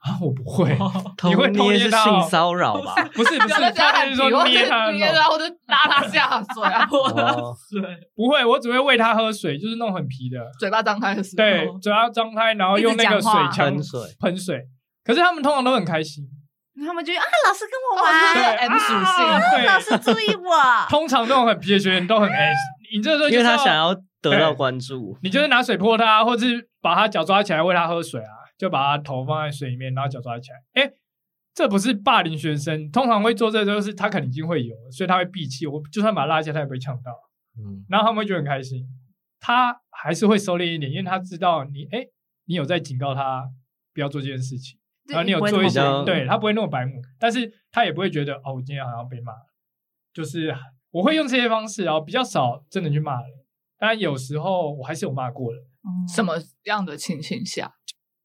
[SPEAKER 5] 啊，我不 会，
[SPEAKER 4] 偷
[SPEAKER 5] 你会偷
[SPEAKER 4] 捏
[SPEAKER 5] 捏
[SPEAKER 4] 是
[SPEAKER 5] 他
[SPEAKER 4] 性
[SPEAKER 5] 哦
[SPEAKER 4] 骚扰 吧？
[SPEAKER 5] 不是不是，
[SPEAKER 3] 有的
[SPEAKER 5] 他
[SPEAKER 3] 很
[SPEAKER 5] 就是
[SPEAKER 3] 皮，或
[SPEAKER 5] 说
[SPEAKER 3] 者
[SPEAKER 5] 捏他的
[SPEAKER 3] 是捏
[SPEAKER 5] 那种，
[SPEAKER 3] 他，或者拉他 下水啊，或者
[SPEAKER 4] 哦
[SPEAKER 3] 水，
[SPEAKER 5] 不会，我只会喂他喝水，就是那种很皮的，
[SPEAKER 3] 嘴巴张开的哦时候，
[SPEAKER 5] 对，嘴巴张开，然后用那
[SPEAKER 1] 一
[SPEAKER 5] 个
[SPEAKER 1] 直
[SPEAKER 5] 水
[SPEAKER 1] 讲话
[SPEAKER 5] 枪
[SPEAKER 4] 喷水
[SPEAKER 5] 喷水。可是他们通常都很开心，
[SPEAKER 1] 他们就啊，老师跟我
[SPEAKER 3] 哦
[SPEAKER 5] 对
[SPEAKER 3] 这
[SPEAKER 1] 玩，
[SPEAKER 3] 是 M 属性
[SPEAKER 5] 啊
[SPEAKER 1] 老
[SPEAKER 5] 对，
[SPEAKER 1] 师注意我。
[SPEAKER 5] 通常那种很皮的学员都很 S，你这时候就
[SPEAKER 4] 因为他
[SPEAKER 5] 是
[SPEAKER 4] 想，要得到关注，
[SPEAKER 5] 你就是拿水泼他，或是把他脚抓起来喂他喝水啊，就把他头放在水里面，然后脚抓起来。哎，这不是霸凌学生，通常会做这就是他可能已经会有了，所以他会闭气，我就算把他拉下，他也不会呛到，
[SPEAKER 4] 嗯，
[SPEAKER 5] 然后他们会觉得很开心，他还是会收敛一点，因为他知道你，哎，你有在警告他不要做这件事情。
[SPEAKER 1] 对
[SPEAKER 5] 啊然后你有
[SPEAKER 1] 不会
[SPEAKER 5] 做一
[SPEAKER 1] 痛
[SPEAKER 5] 些
[SPEAKER 4] 这么白，目
[SPEAKER 5] 对他不会那么白目，但是他也不会觉得哦，我今天好像被骂了。就是我会用这些方式，然后比较少真的去骂人，当然有时候我还是有骂过人。
[SPEAKER 1] 哦
[SPEAKER 3] 什么样的情形下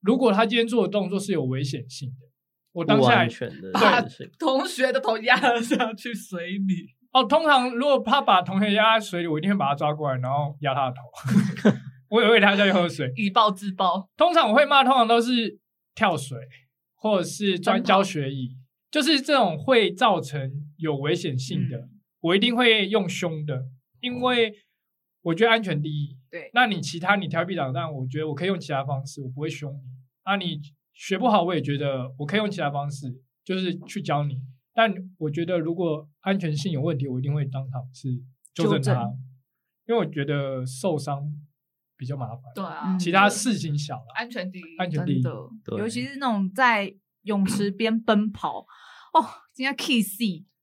[SPEAKER 5] 如果他今天做的动作是有危险性的，我当
[SPEAKER 4] 不
[SPEAKER 5] 下
[SPEAKER 4] 安全的
[SPEAKER 3] 把
[SPEAKER 4] 事情，
[SPEAKER 3] 同学的头压了下去水里？
[SPEAKER 5] 哦，通常如果他把同学压在水里，我一定会把他抓过来，然后压他的头， 我也会他下去喝水。
[SPEAKER 3] 以暴制暴，
[SPEAKER 5] 通常我会骂，通常都是跳水或者是专
[SPEAKER 3] 奔跑
[SPEAKER 5] 教学椅，就是这种会造成有危险性的，
[SPEAKER 1] 嗯
[SPEAKER 5] 我一定会用凶的，因为我觉得安全第一。
[SPEAKER 1] 对
[SPEAKER 5] 那你其他你调皮捣蛋，我觉得我可以用其他方式，我不会凶你。那你学不好，我也觉得我可以用其他方式，就是去教你。但我觉得如果安全性有问题，我一定会当场是纠正
[SPEAKER 1] 纠正
[SPEAKER 5] 他，因为我觉得受伤比较麻烦，
[SPEAKER 3] 对啊，
[SPEAKER 1] 嗯
[SPEAKER 5] 其他事情小了。
[SPEAKER 3] 安全第一，
[SPEAKER 5] 安全第
[SPEAKER 3] 真
[SPEAKER 5] 一
[SPEAKER 3] 的。
[SPEAKER 4] 对，
[SPEAKER 1] 尤其是那种在泳池边奔跑，哦，今天 kiss，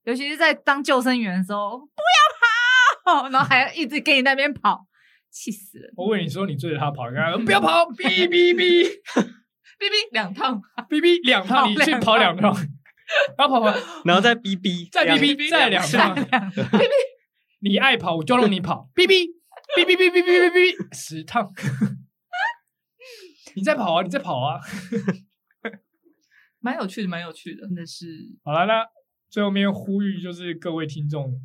[SPEAKER 1] 尤其是在当救生员的时候，不要跑，哦然后还一直跟你在那边跑，气死人！
[SPEAKER 5] 我问你说你追着他跑，你跟他说不要跑，哔哔哔。
[SPEAKER 3] 哔哔两趟，
[SPEAKER 5] 哔哔两
[SPEAKER 1] 跑
[SPEAKER 5] 趟，你去
[SPEAKER 1] 两
[SPEAKER 5] 跑两趟， 然后跑跑
[SPEAKER 4] 然嗯后再逼逼，
[SPEAKER 5] 再
[SPEAKER 4] 两
[SPEAKER 5] 哔哔再两趟，哔哔，你爱跑我就让你跑，哔哔哔哔哔哔哔哔哔十趟， 你再跑啊，你再跑啊，
[SPEAKER 3] 蛮有趣的，蛮有趣的。
[SPEAKER 1] 真的是
[SPEAKER 5] 好了，那最后面呼吁就是各位听众，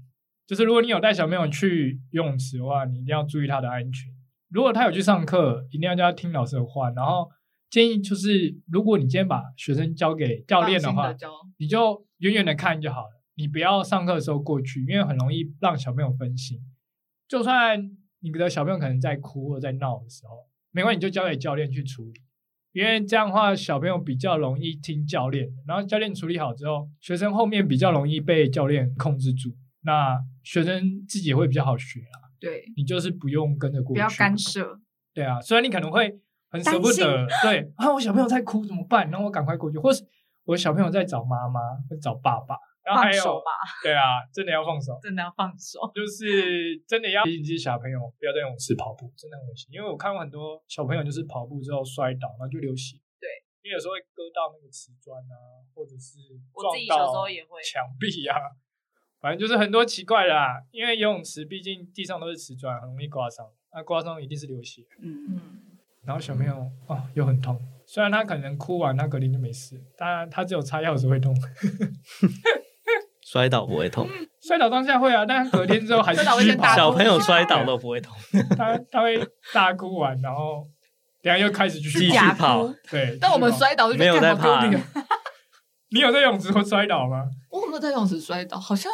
[SPEAKER 5] 就是如果你有带小朋友去游泳池的话，你一定要注意他的安全。如果他有去上课，一定要叫他听老师的话，然后建议就是，如果你今天把学生交给教练的话
[SPEAKER 3] 放心地，教
[SPEAKER 5] 你就远远的看就好了，你不要上课的时候过去，因为很容易让小朋友分心。就算你的小朋友可能在哭或在闹的时候，没关系，你就交给教练去处理，因为这样的话小朋友比较容易听教练，然后教练处理好之后，学生后面比较容易被教练控制住，那学生自己也会比较好学啦。
[SPEAKER 3] 对，
[SPEAKER 5] 你就是不用跟着过
[SPEAKER 1] 不
[SPEAKER 5] 去，
[SPEAKER 1] 要干涉，
[SPEAKER 5] 对啊，虽然你可能会很舍不得， 对啊，我小朋友在哭怎么办？然后我赶快过去，或是我小朋友在找妈妈，在找爸爸，然后还
[SPEAKER 1] 放
[SPEAKER 5] 有
[SPEAKER 1] 手吧，
[SPEAKER 5] 对啊，真的要放手，
[SPEAKER 1] 真的要放手。
[SPEAKER 5] 就是真的要提醒这些小朋友不要在泳池跑步，真的很危险。因为我看过很多小朋友就是跑步之后摔倒，然后就流血，
[SPEAKER 1] 对，
[SPEAKER 5] 因为有时候会割到那个瓷砖啊，或者是
[SPEAKER 1] 我自己
[SPEAKER 5] 撞到
[SPEAKER 1] 小时候也会
[SPEAKER 5] 墙壁啊。反正就是很多奇怪的啦，因为游泳池毕竟地上都是瓷砖，很容易刮伤，那刮伤一定是流血。
[SPEAKER 1] 嗯，
[SPEAKER 3] 嗯，
[SPEAKER 5] 然后小朋友哦又很痛，虽然他可能哭完他隔天就没事，但他只有擦药的时候会痛，
[SPEAKER 4] 摔倒不会痛，
[SPEAKER 5] 摔倒当下会啊，但是隔天之后还是
[SPEAKER 3] 摔倒会
[SPEAKER 5] 继续
[SPEAKER 3] 先大
[SPEAKER 5] 跑，
[SPEAKER 3] 哭
[SPEAKER 4] 小朋友摔倒都不会痛，
[SPEAKER 5] 他他会大哭完，然后等一下又开始
[SPEAKER 4] 继
[SPEAKER 5] 继续
[SPEAKER 4] 续
[SPEAKER 5] 跑，
[SPEAKER 4] 跑，
[SPEAKER 5] 对。
[SPEAKER 3] 但我们
[SPEAKER 5] 继续跑，
[SPEAKER 3] 摔倒就觉得
[SPEAKER 4] 没有在
[SPEAKER 3] 干好丢
[SPEAKER 4] 怕
[SPEAKER 3] 脸。
[SPEAKER 5] 你有在泳池会摔倒吗？
[SPEAKER 3] 我有没有在泳池摔倒？好像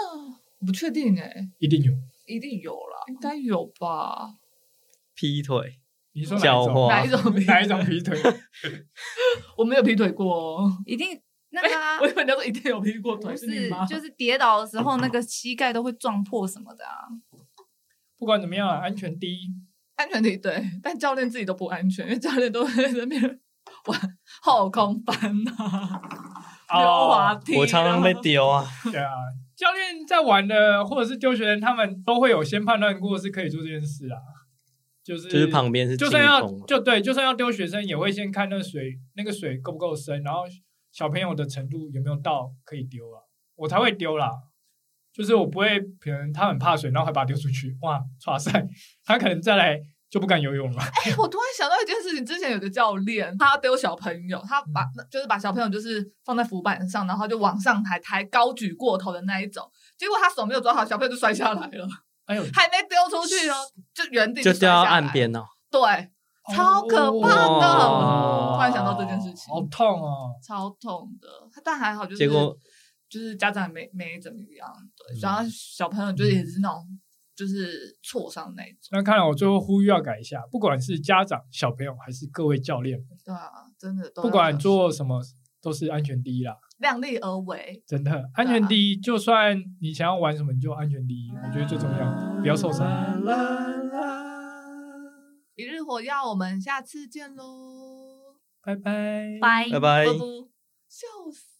[SPEAKER 3] 不确定哎、
[SPEAKER 5] 一定有。
[SPEAKER 3] 一定有啦，应该有吧？
[SPEAKER 4] 劈 腿，
[SPEAKER 5] 你说哪一
[SPEAKER 4] 狡
[SPEAKER 5] 种？
[SPEAKER 4] 猾
[SPEAKER 3] 哪一种 劈腿
[SPEAKER 5] 哪一种劈腿？
[SPEAKER 3] 我没有劈腿过哦。
[SPEAKER 1] 一定那个啊
[SPEAKER 3] 我，以为你要说一定有劈过腿，
[SPEAKER 1] 不
[SPEAKER 3] 你
[SPEAKER 1] 是
[SPEAKER 3] 吗？
[SPEAKER 1] 就是跌倒的时候那个膝盖都会撞破什么的啊。
[SPEAKER 5] 不管怎么样啊，安全第一。
[SPEAKER 3] 安全梯对，但教练自己都不安全，因为 教练都在那边玩后空翻 啊、溜滑梯啊、
[SPEAKER 4] 哦我常常被丢啊，
[SPEAKER 5] 哦对啊，教练在玩的，或者是丢学生，他们都会有先判断过是可以做这件事啊。就是
[SPEAKER 4] 嗯就是旁边是啊
[SPEAKER 5] 就
[SPEAKER 4] 净
[SPEAKER 5] 算要
[SPEAKER 4] 空，
[SPEAKER 5] 就对，就算要丢学生，也会先看那水那个水够不够深，然后小朋友的程度有没有到可以丢啊，我才会丢啦。就是我不会，可能他很怕水，然后还把他丢出去，哇，哇塞，他可能再来就不敢游泳了。
[SPEAKER 3] 哎 我突然想到一件事情，之前有个教练，他丢小朋友，他把
[SPEAKER 4] 嗯
[SPEAKER 3] 就是把小朋友就是放在浮板上，然后就往上抬，抬高举过头的那一种，结果他手没有抓好，小朋友就摔下来了，
[SPEAKER 5] 哎呦，
[SPEAKER 3] 还没丢出去哦，就原地
[SPEAKER 4] 就
[SPEAKER 3] 摔
[SPEAKER 4] 掉
[SPEAKER 3] 下
[SPEAKER 4] 到
[SPEAKER 3] 来
[SPEAKER 4] 岸，边哦，
[SPEAKER 3] 对， 超可怕的。
[SPEAKER 4] 哦
[SPEAKER 3] 突然想到这件事情，
[SPEAKER 5] 好痛哦！
[SPEAKER 3] 超痛的，但还好就是
[SPEAKER 4] 结果
[SPEAKER 3] 就是家长也没没怎么样，对
[SPEAKER 4] 嗯，
[SPEAKER 3] 然后小朋友就是也是那种就是挫伤那一种，
[SPEAKER 5] 那看来我最后呼吁要改一下，不管是家长、小朋友还是各位教练，
[SPEAKER 3] 对啊，真的都
[SPEAKER 5] 不管做什么都是安全第一啦。
[SPEAKER 3] 量力而为，
[SPEAKER 5] 真的，安全第一。就算你想要玩什么，你就安全第一，我觉得最重要，不要受伤。
[SPEAKER 3] 一日火药，我们下次见喽，
[SPEAKER 5] 拜拜。
[SPEAKER 1] 拜
[SPEAKER 4] 拜拜
[SPEAKER 3] 啵。啵笑死。